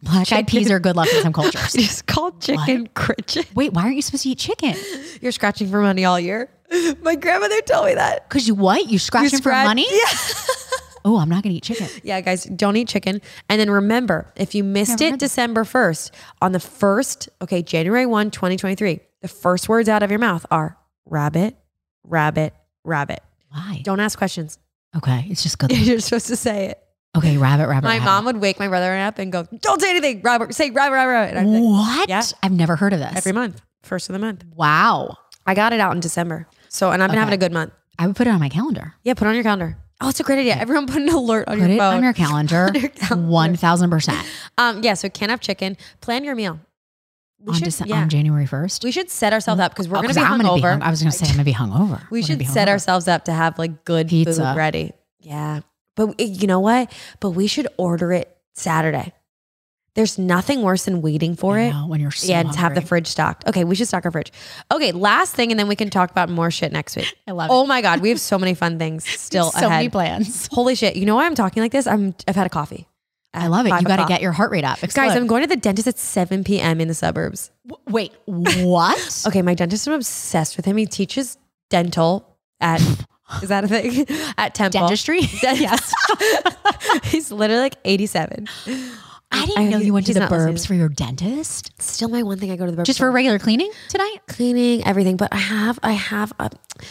Speaker 1: black eyed peas
Speaker 2: chicken.
Speaker 1: are good luck in some cultures.
Speaker 2: it's called chicken crichton.
Speaker 1: Wait, why aren't you supposed to eat chicken?
Speaker 2: You're scratching for money all year. My grandmother told me that.
Speaker 1: Because you what? You're
Speaker 2: You
Speaker 1: scratching
Speaker 2: scratch-
Speaker 1: for money?
Speaker 2: Yeah.
Speaker 1: Oh, I'm not going to eat chicken.
Speaker 2: Yeah, guys, don't eat chicken. And then remember, if you missed
Speaker 1: Never heard
Speaker 2: it December 1st, on the 1st, okay, January 1, 2023, the first words out of your mouth are rabbit, rabbit, rabbit.
Speaker 1: Why?
Speaker 2: Don't ask questions.
Speaker 1: Okay, it's just good luck.
Speaker 2: You're supposed to say it.
Speaker 1: Okay, rabbit, rabbit.
Speaker 2: My
Speaker 1: rabbit.
Speaker 2: mom would wake my brother up and go, Don't say anything, rabbit, say rabbit, rabbit, rabbit. And I'd be like,
Speaker 1: What?
Speaker 2: Yeah.
Speaker 1: I've never heard of this.
Speaker 2: Every month, first of the month.
Speaker 1: wow.
Speaker 2: I got it out in December. So, and I've been
Speaker 1: Okay.
Speaker 2: having a good month.
Speaker 1: I would put it on my calendar.
Speaker 2: Yeah, put it on your calendar. Oh, it's a great idea. Everyone put an alert on
Speaker 1: Put
Speaker 2: your
Speaker 1: it
Speaker 2: phone.
Speaker 1: on your calendar.
Speaker 2: On your calendar.
Speaker 1: 1000%.
Speaker 2: um, yeah, so can't have chicken. Plan your meal. We
Speaker 1: on,
Speaker 2: should-
Speaker 1: Dece-
Speaker 2: yeah.
Speaker 1: on January 1st.
Speaker 2: We should set ourselves up because we're
Speaker 1: Oh,
Speaker 2: going
Speaker 1: 'cause
Speaker 2: to be
Speaker 1: I'm gonna
Speaker 2: hungover.
Speaker 1: hung- I was going to say, I'm going to be hungover.
Speaker 2: we
Speaker 1: We're gonna
Speaker 2: should
Speaker 1: be
Speaker 2: set
Speaker 1: hungover.
Speaker 2: ourselves up to have like good
Speaker 1: Pizza.
Speaker 2: food ready. Yeah. But it- you know what? But we should order it Saturday. There's nothing worse than waiting for
Speaker 1: I
Speaker 2: it.
Speaker 1: know, when you're so
Speaker 2: Yeah, and to have the
Speaker 1: hungry.
Speaker 2: fridge stocked. Okay, we should stock our fridge. Okay, last thing, and then we can talk about more shit next week.
Speaker 1: I love
Speaker 2: Oh
Speaker 1: it.
Speaker 2: my God, we have so many fun things still
Speaker 1: so
Speaker 2: ahead.
Speaker 1: many plans.
Speaker 2: Holy shit! You know why I'm talking like this? I'm I've had a coffee.
Speaker 1: I love it. You got to
Speaker 2: get
Speaker 1: get your heart rate up.
Speaker 2: guys.
Speaker 1: Explode.
Speaker 2: I'm going to the dentist at 7 p.m. in the suburbs.
Speaker 1: W- Wait, what?
Speaker 2: Okay, my dentist, I'm obsessed with him. He teaches dental at, is that a thing? At Temple.
Speaker 1: Dentistry?
Speaker 2: Den- yes. He's literally like 87.
Speaker 1: I didn't
Speaker 2: I-
Speaker 1: know you went to
Speaker 2: he's
Speaker 1: the
Speaker 2: not listening.
Speaker 1: burbs for your dentist.
Speaker 2: Still my one thing I go to the
Speaker 1: Just for
Speaker 2: regular
Speaker 1: regular cleaning tonight?
Speaker 2: cleaning, everything. But I have, I have a,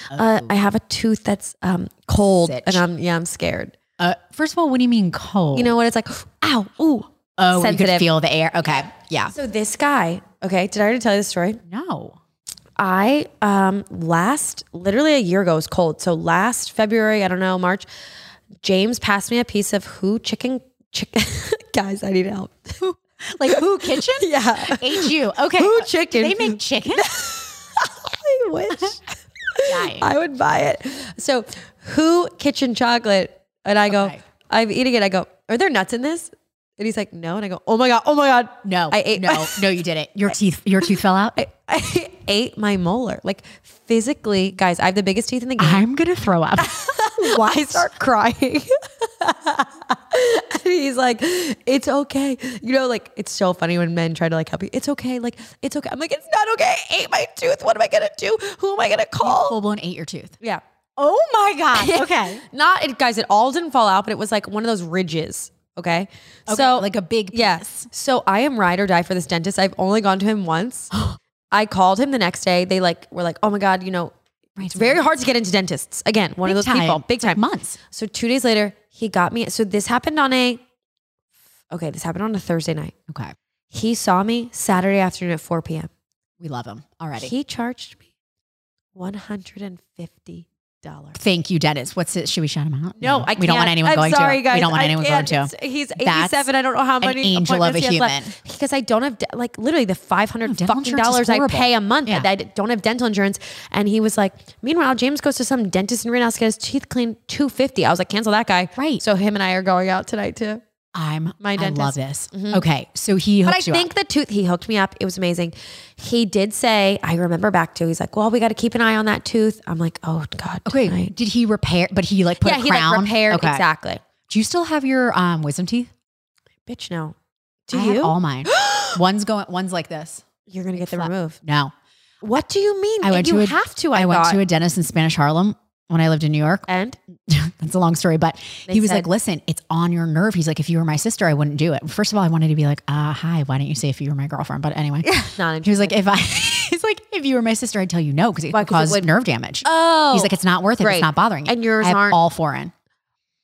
Speaker 2: a I have a tooth that's um cold
Speaker 1: Sitch.
Speaker 2: and I'm, yeah, I'm scared.
Speaker 1: Uh, first of all, what do you mean cold?
Speaker 2: You know what? It's like, ow, ooh.
Speaker 1: oh, you
Speaker 2: sensitive.
Speaker 1: could feel the air. Okay, yeah.
Speaker 2: So this guy, okay, did I already tell you the story?
Speaker 1: No.
Speaker 2: I um last literally a year ago it was cold. So last February, I don't know, March, James passed me a piece of who chicken chicken guys, I need help.
Speaker 1: Like who kitchen?
Speaker 2: Yeah.
Speaker 1: Ate you. Okay.
Speaker 2: Who
Speaker 1: Uh,
Speaker 2: chicken?
Speaker 1: They make chicken?
Speaker 2: I wish
Speaker 1: Dying.
Speaker 2: I would buy it. So who kitchen chocolate? And I go,
Speaker 1: Okay.
Speaker 2: I'm eating it. I go, are there nuts in this? And he's like, no. And I go, oh my God, oh my God.
Speaker 1: No.
Speaker 2: I ate
Speaker 1: No, no, you didn't. Your teeth your tooth fell out.
Speaker 2: I, I ate my molar. Like physically, guys, I have the biggest teeth in the game.
Speaker 1: I'm gonna throw up.
Speaker 2: Why I start crying. and he's like, it's okay. You know, like it's so funny when men try to like help you. It's okay. Like, it's okay. I'm like, it's not okay. I ate my tooth. What am I gonna do? Who am I gonna call?
Speaker 1: Full blown ate your tooth.
Speaker 2: Yeah.
Speaker 1: Oh my god. Okay.
Speaker 2: Not it guys, it all didn't fall out, but it was like one of those ridges. Okay.
Speaker 1: so like a big piece.
Speaker 2: Yes. So I am ride or die for this dentist. I've only gone to him once. I called him the next day. They like were like, oh my God, you know,
Speaker 1: Right,
Speaker 2: it's very hard to get into dentists. Again, one of those people, big
Speaker 1: It's like
Speaker 2: time.
Speaker 1: months.
Speaker 2: So two days later, he got me. So this happened on a, okay, this happened on a Thursday night.
Speaker 1: Okay.
Speaker 2: He saw me Saturday afternoon at 4 p.m.
Speaker 1: We love them already.
Speaker 2: He charged me $150.
Speaker 1: Thank you, Dennis. What's it? Should we shout him out?
Speaker 2: No, I
Speaker 1: We don't want
Speaker 2: can't.
Speaker 1: anyone
Speaker 2: I'm
Speaker 1: going
Speaker 2: sorry,
Speaker 1: to.
Speaker 2: Guys.
Speaker 1: We don't want
Speaker 2: I
Speaker 1: anyone
Speaker 2: can't.
Speaker 1: going to.
Speaker 2: It's- He's
Speaker 1: That's
Speaker 2: 87. I don't know how
Speaker 1: an
Speaker 2: many
Speaker 1: angel of a
Speaker 2: appointments he has
Speaker 1: human.
Speaker 2: left. Because I don't have de- like literally the five
Speaker 1: No,
Speaker 2: hundred
Speaker 1: dental
Speaker 2: fucking
Speaker 1: insurance is
Speaker 2: dollars I
Speaker 1: horrible.
Speaker 2: pay a month.
Speaker 1: Yeah.
Speaker 2: I don't have dental insurance. And he was like, meanwhile, James goes to some dentist in Renown's to get his teeth cleaned. Two fifty. I was like, cancel that guy.
Speaker 1: Right.
Speaker 2: So him and I are going out tonight too.
Speaker 1: I'm.
Speaker 2: My
Speaker 1: I love
Speaker 2: dentist. Mm-hmm.
Speaker 1: this. Okay, so he hooked
Speaker 2: But I
Speaker 1: you
Speaker 2: think the tooth he hooked me up. It was amazing. He did say, I remember back to. He's like, well, we got to keep an eye on that tooth. I'm like, oh god.
Speaker 1: up. Okay,
Speaker 2: tonight."
Speaker 1: did he repair? But he like put
Speaker 2: Yeah,
Speaker 1: a
Speaker 2: he like
Speaker 1: crown.
Speaker 2: repaired
Speaker 1: Okay.
Speaker 2: exactly.
Speaker 1: Do you still have your um wisdom teeth?
Speaker 2: Bitch, no. Do
Speaker 1: I
Speaker 2: you?
Speaker 1: have all mine. one's going. One's like this.
Speaker 2: You're gonna get them
Speaker 1: Flat.
Speaker 2: removed.
Speaker 1: No,
Speaker 2: What do you mean?
Speaker 1: I went
Speaker 2: you
Speaker 1: to a-
Speaker 2: have to. I,
Speaker 1: I, went
Speaker 2: thought.
Speaker 1: to a dentist in Spanish Harlem when I lived in New York.
Speaker 2: and
Speaker 1: That's a long story, but
Speaker 2: They
Speaker 1: he was
Speaker 2: said-
Speaker 1: like, "Listen, it's on your nerve." He's like, "If you were my sister, I wouldn't do it." First of all, I wanted to be like, "Ah, hi, why don't you say if you were my girlfriend?" But anyway,
Speaker 2: not.
Speaker 1: he was like, "If I," he's like, "If you were my sister, I'd tell you no because it
Speaker 2: Why?
Speaker 1: would
Speaker 2: 'Cause it
Speaker 1: cause
Speaker 2: would-
Speaker 1: nerve damage."
Speaker 2: oh,
Speaker 1: He's like, "It's not worth it.
Speaker 2: great.
Speaker 1: It's not bothering you."
Speaker 2: And yours
Speaker 1: I have
Speaker 2: aren't-
Speaker 1: all foreign.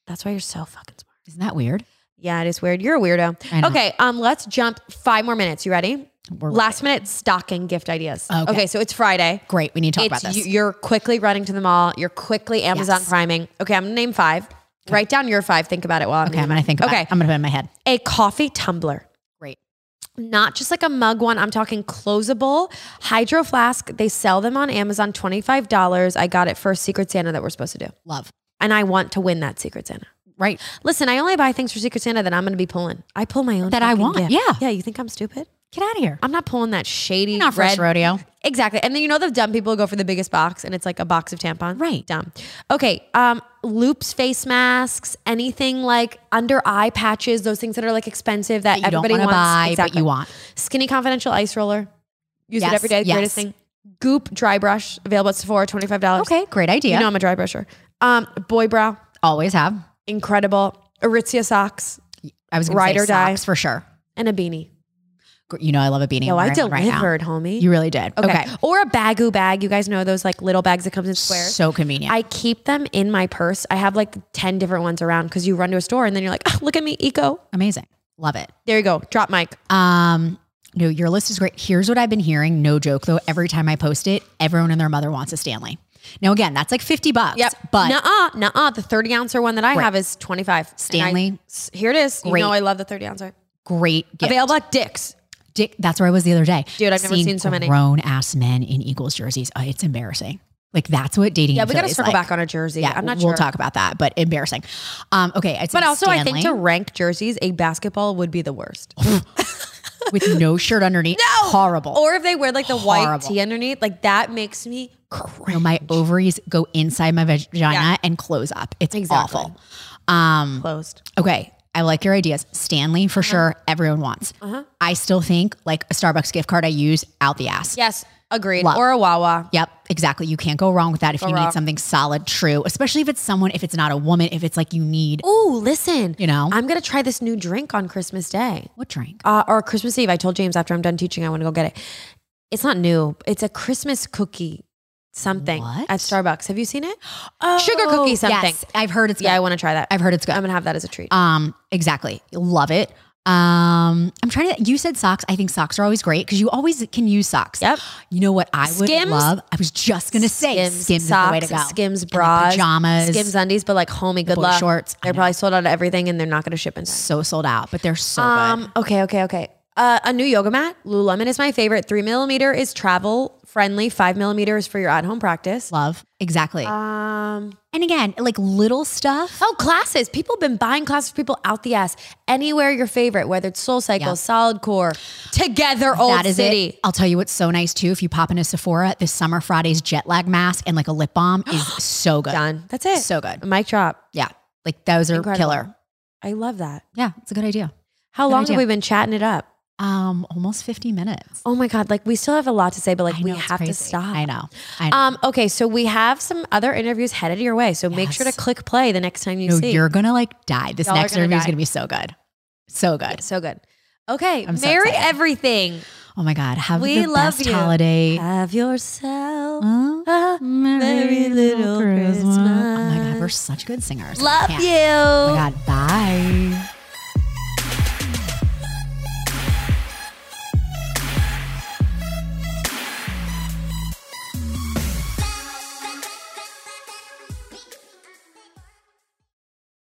Speaker 2: that's why you're so fucking smart.
Speaker 1: Isn't that weird?
Speaker 2: Yeah, it is weird. You're a
Speaker 1: I
Speaker 2: weirdo.
Speaker 1: know.
Speaker 2: Okay, um, let's jump five more minutes. You ready?
Speaker 1: We're
Speaker 2: Last minute stocking gift ideas.
Speaker 1: Okay.
Speaker 2: so it's Friday.
Speaker 1: Great. We need to talk
Speaker 2: It's
Speaker 1: about this.
Speaker 2: you, you're quickly running to the mall. You're quickly Amazon
Speaker 1: Yes.
Speaker 2: priming. Okay, I'm gonna name five. Write down your five. Think about it while I'm
Speaker 1: okay, I'm gonna think. About
Speaker 2: Okay.
Speaker 1: it. I'm gonna put it in my head.
Speaker 2: a coffee tumbler.
Speaker 1: Great.
Speaker 2: not just like a mug one. I'm talking closable hydro flask. They sell them on Amazon, $25. I got it for a Secret Santa that we're supposed to do.
Speaker 1: Love.
Speaker 2: And I want to win that Secret Santa.
Speaker 1: Right.
Speaker 2: Listen, I only buy things for Secret Santa that I'm going to be pulling. I pull my own
Speaker 1: That I
Speaker 2: fucking
Speaker 1: want,
Speaker 2: gift.
Speaker 1: yeah.
Speaker 2: yeah. You think I'm stupid?
Speaker 1: Get out of here.
Speaker 2: I'm not pulling that shady
Speaker 1: You're not
Speaker 2: red
Speaker 1: first rodeo.
Speaker 2: Exactly. And then you know the dumb people who go for the biggest box and it's like a box of tampons.
Speaker 1: Right.
Speaker 2: Dumb. Okay. Um, loops, face masks, anything like under eye patches, those things that are like expensive that,
Speaker 1: That you don't
Speaker 2: everybody
Speaker 1: want to
Speaker 2: wants.
Speaker 1: buy, but
Speaker 2: Exactly.
Speaker 1: you want.
Speaker 2: Skinny confidential ice roller. Use
Speaker 1: Yes,
Speaker 2: it every day.
Speaker 1: yes.
Speaker 2: Greatest thing. Goop dry brush available at Sephora, twenty five dollars.
Speaker 1: Okay, great idea.
Speaker 2: You know I'm a dry brusher. Um, boy brow,
Speaker 1: Always have.
Speaker 2: incredible. Aritzia socks
Speaker 1: I was going
Speaker 2: Ride
Speaker 1: to
Speaker 2: or
Speaker 1: say
Speaker 2: die.
Speaker 1: socks for sure.
Speaker 2: and a beanie.
Speaker 1: Gr- You know I love a beanie. I'm
Speaker 2: Yo, I
Speaker 1: wearing one right
Speaker 2: delivered,
Speaker 1: now.
Speaker 2: homie.
Speaker 1: You really did. Okay.
Speaker 2: okay. Or a bagoo bag. You guys know those like little bags that comes in squares.
Speaker 1: So convenient.
Speaker 2: I keep them in my purse. I have like 10 different ones around because you run to a store and then you're like, oh, look at me, eco.
Speaker 1: Amazing. Love it.
Speaker 2: There you go. Drop mic.
Speaker 1: Um, no, your list is great. Here's what I've been hearing. No joke though. Every time I post it, everyone and their mother wants a Stanley. Now again, that's like 50 bucks. But
Speaker 2: nuh-uh, nuh-uh. The 30 ouncer one that I have is 25. And I-
Speaker 1: Stanley.
Speaker 2: s- here it is.
Speaker 1: Great.
Speaker 2: You know I love the 30 ouncer.
Speaker 1: great gift.
Speaker 2: Available at Dick's.
Speaker 1: Dick, that's where I was the other day.
Speaker 2: Dude, I've never seen so many.
Speaker 1: grown ass men in Eagles jerseys. Uh, it's embarrassing. Like that's what dating.
Speaker 2: Yeah,
Speaker 1: in
Speaker 2: we got to
Speaker 1: Philly is
Speaker 2: circle
Speaker 1: like.
Speaker 2: back on a jersey.
Speaker 1: Yeah,
Speaker 2: I'm not
Speaker 1: we'll
Speaker 2: sure.
Speaker 1: talk about that, but embarrassing. Um, okay, I'd say
Speaker 2: But also I think to
Speaker 1: Stanley
Speaker 2: rank jerseys, a basketball would be the worst.
Speaker 1: with no shirt underneath, horrible.
Speaker 2: Or if they wear like the white
Speaker 1: Horrible.
Speaker 2: tee underneath, like that makes me cringe.
Speaker 1: No, my ovaries go inside my vagina
Speaker 2: Yeah.
Speaker 1: and close up. It's
Speaker 2: Exactly.
Speaker 1: awful. Um,
Speaker 2: Closed.
Speaker 1: okay, I like your ideas. Stanley
Speaker 2: Uh-huh.
Speaker 1: for sure. Everyone wants. I still think like a Starbucks gift card I use out the ass.
Speaker 2: Yes, agreed.
Speaker 1: Love.
Speaker 2: Or a Wawa.
Speaker 1: Yep, exactly. You can't go wrong with that if you
Speaker 2: wrong.
Speaker 1: need something solid, true, especially if it's someone, if it's not a woman, if it's like you need,
Speaker 2: Ooh, listen.
Speaker 1: you know,
Speaker 2: I'm gonna try this new drink on Christmas Day
Speaker 1: what drink?
Speaker 2: uh, or Christmas Eve. I told James after I'm done teaching, I want to go get it. It's not new. It's a Christmas cookie something
Speaker 1: What? Oh,
Speaker 2: at Starbucks. Have you seen it? sugar cookie something.
Speaker 1: Yes, I've heard it's
Speaker 2: Yeah, I
Speaker 1: good.
Speaker 2: want to try that.
Speaker 1: I've heard it's
Speaker 2: I'm
Speaker 1: good.
Speaker 2: gonna have that as a treat.
Speaker 1: Um, exactly. Love it. Um, I'm trying to, you said socks. I think socks are always great because you always can use socks.
Speaker 2: Yep.
Speaker 1: You know what I would
Speaker 2: Skims?
Speaker 1: love? I was just going to say skims, is the way to go.
Speaker 2: Skims
Speaker 1: And then
Speaker 2: bras,
Speaker 1: pajamas,
Speaker 2: Skims undies, but like homie, good
Speaker 1: boy
Speaker 2: luck.
Speaker 1: shorts. I
Speaker 2: They're
Speaker 1: know.
Speaker 2: probably sold out of everything, and they're not gonna ship in time.
Speaker 1: so sold out, but they're so good.
Speaker 2: Um. Okay. Okay. Okay. Uh, a new yoga mat. Lululemon is my favorite. Three millimeter is travel friendly. Five millimeter is for your at home practice.
Speaker 1: Love. Exactly.
Speaker 2: Um.
Speaker 1: and again, like little stuff.
Speaker 2: Oh, classes. People have been buying classes for people out the ass. Anywhere your favorite, whether it's Soul Cycle, Solid Core, Together Old
Speaker 1: that is
Speaker 2: Oh, City.
Speaker 1: it. I'll tell you what's so nice too. If you pop into Sephora, this summer Friday's jet lag mask and like a lip balm is so good.
Speaker 2: Done. That's it.
Speaker 1: So good.
Speaker 2: Mic drop.
Speaker 1: Yeah. Like those are
Speaker 2: Incredible.
Speaker 1: killer.
Speaker 2: I love that.
Speaker 1: Yeah. It's a good idea.
Speaker 2: How
Speaker 1: Good
Speaker 2: long
Speaker 1: idea.
Speaker 2: have we been chatting it up?
Speaker 1: Um, almost 50 minutes.
Speaker 2: Oh my God. Like we still have a lot to say, but like
Speaker 1: I
Speaker 2: we
Speaker 1: know, it's
Speaker 2: have to
Speaker 1: crazy.
Speaker 2: stop.
Speaker 1: I know. I know.
Speaker 2: Um, okay, so we have some other interviews headed your way. So make sure to
Speaker 1: Yes.
Speaker 2: click play the next time you
Speaker 1: no,
Speaker 2: see.
Speaker 1: you're going to like die. This
Speaker 2: Y'all are
Speaker 1: next
Speaker 2: gonna
Speaker 1: interview is
Speaker 2: die.
Speaker 1: going to be so good. So good.
Speaker 2: so good. Okay,
Speaker 1: I'm so
Speaker 2: marry
Speaker 1: excited.
Speaker 2: everything.
Speaker 1: Oh my God. Have
Speaker 2: We
Speaker 1: the
Speaker 2: love
Speaker 1: best
Speaker 2: you.
Speaker 1: holiday. Uh,
Speaker 2: Have yourself.
Speaker 1: Huh?
Speaker 2: a Merry little Christmas.
Speaker 1: Oh my God. We're such good singers. I
Speaker 2: Love
Speaker 1: can't.
Speaker 2: you.
Speaker 1: Oh my God. Bye.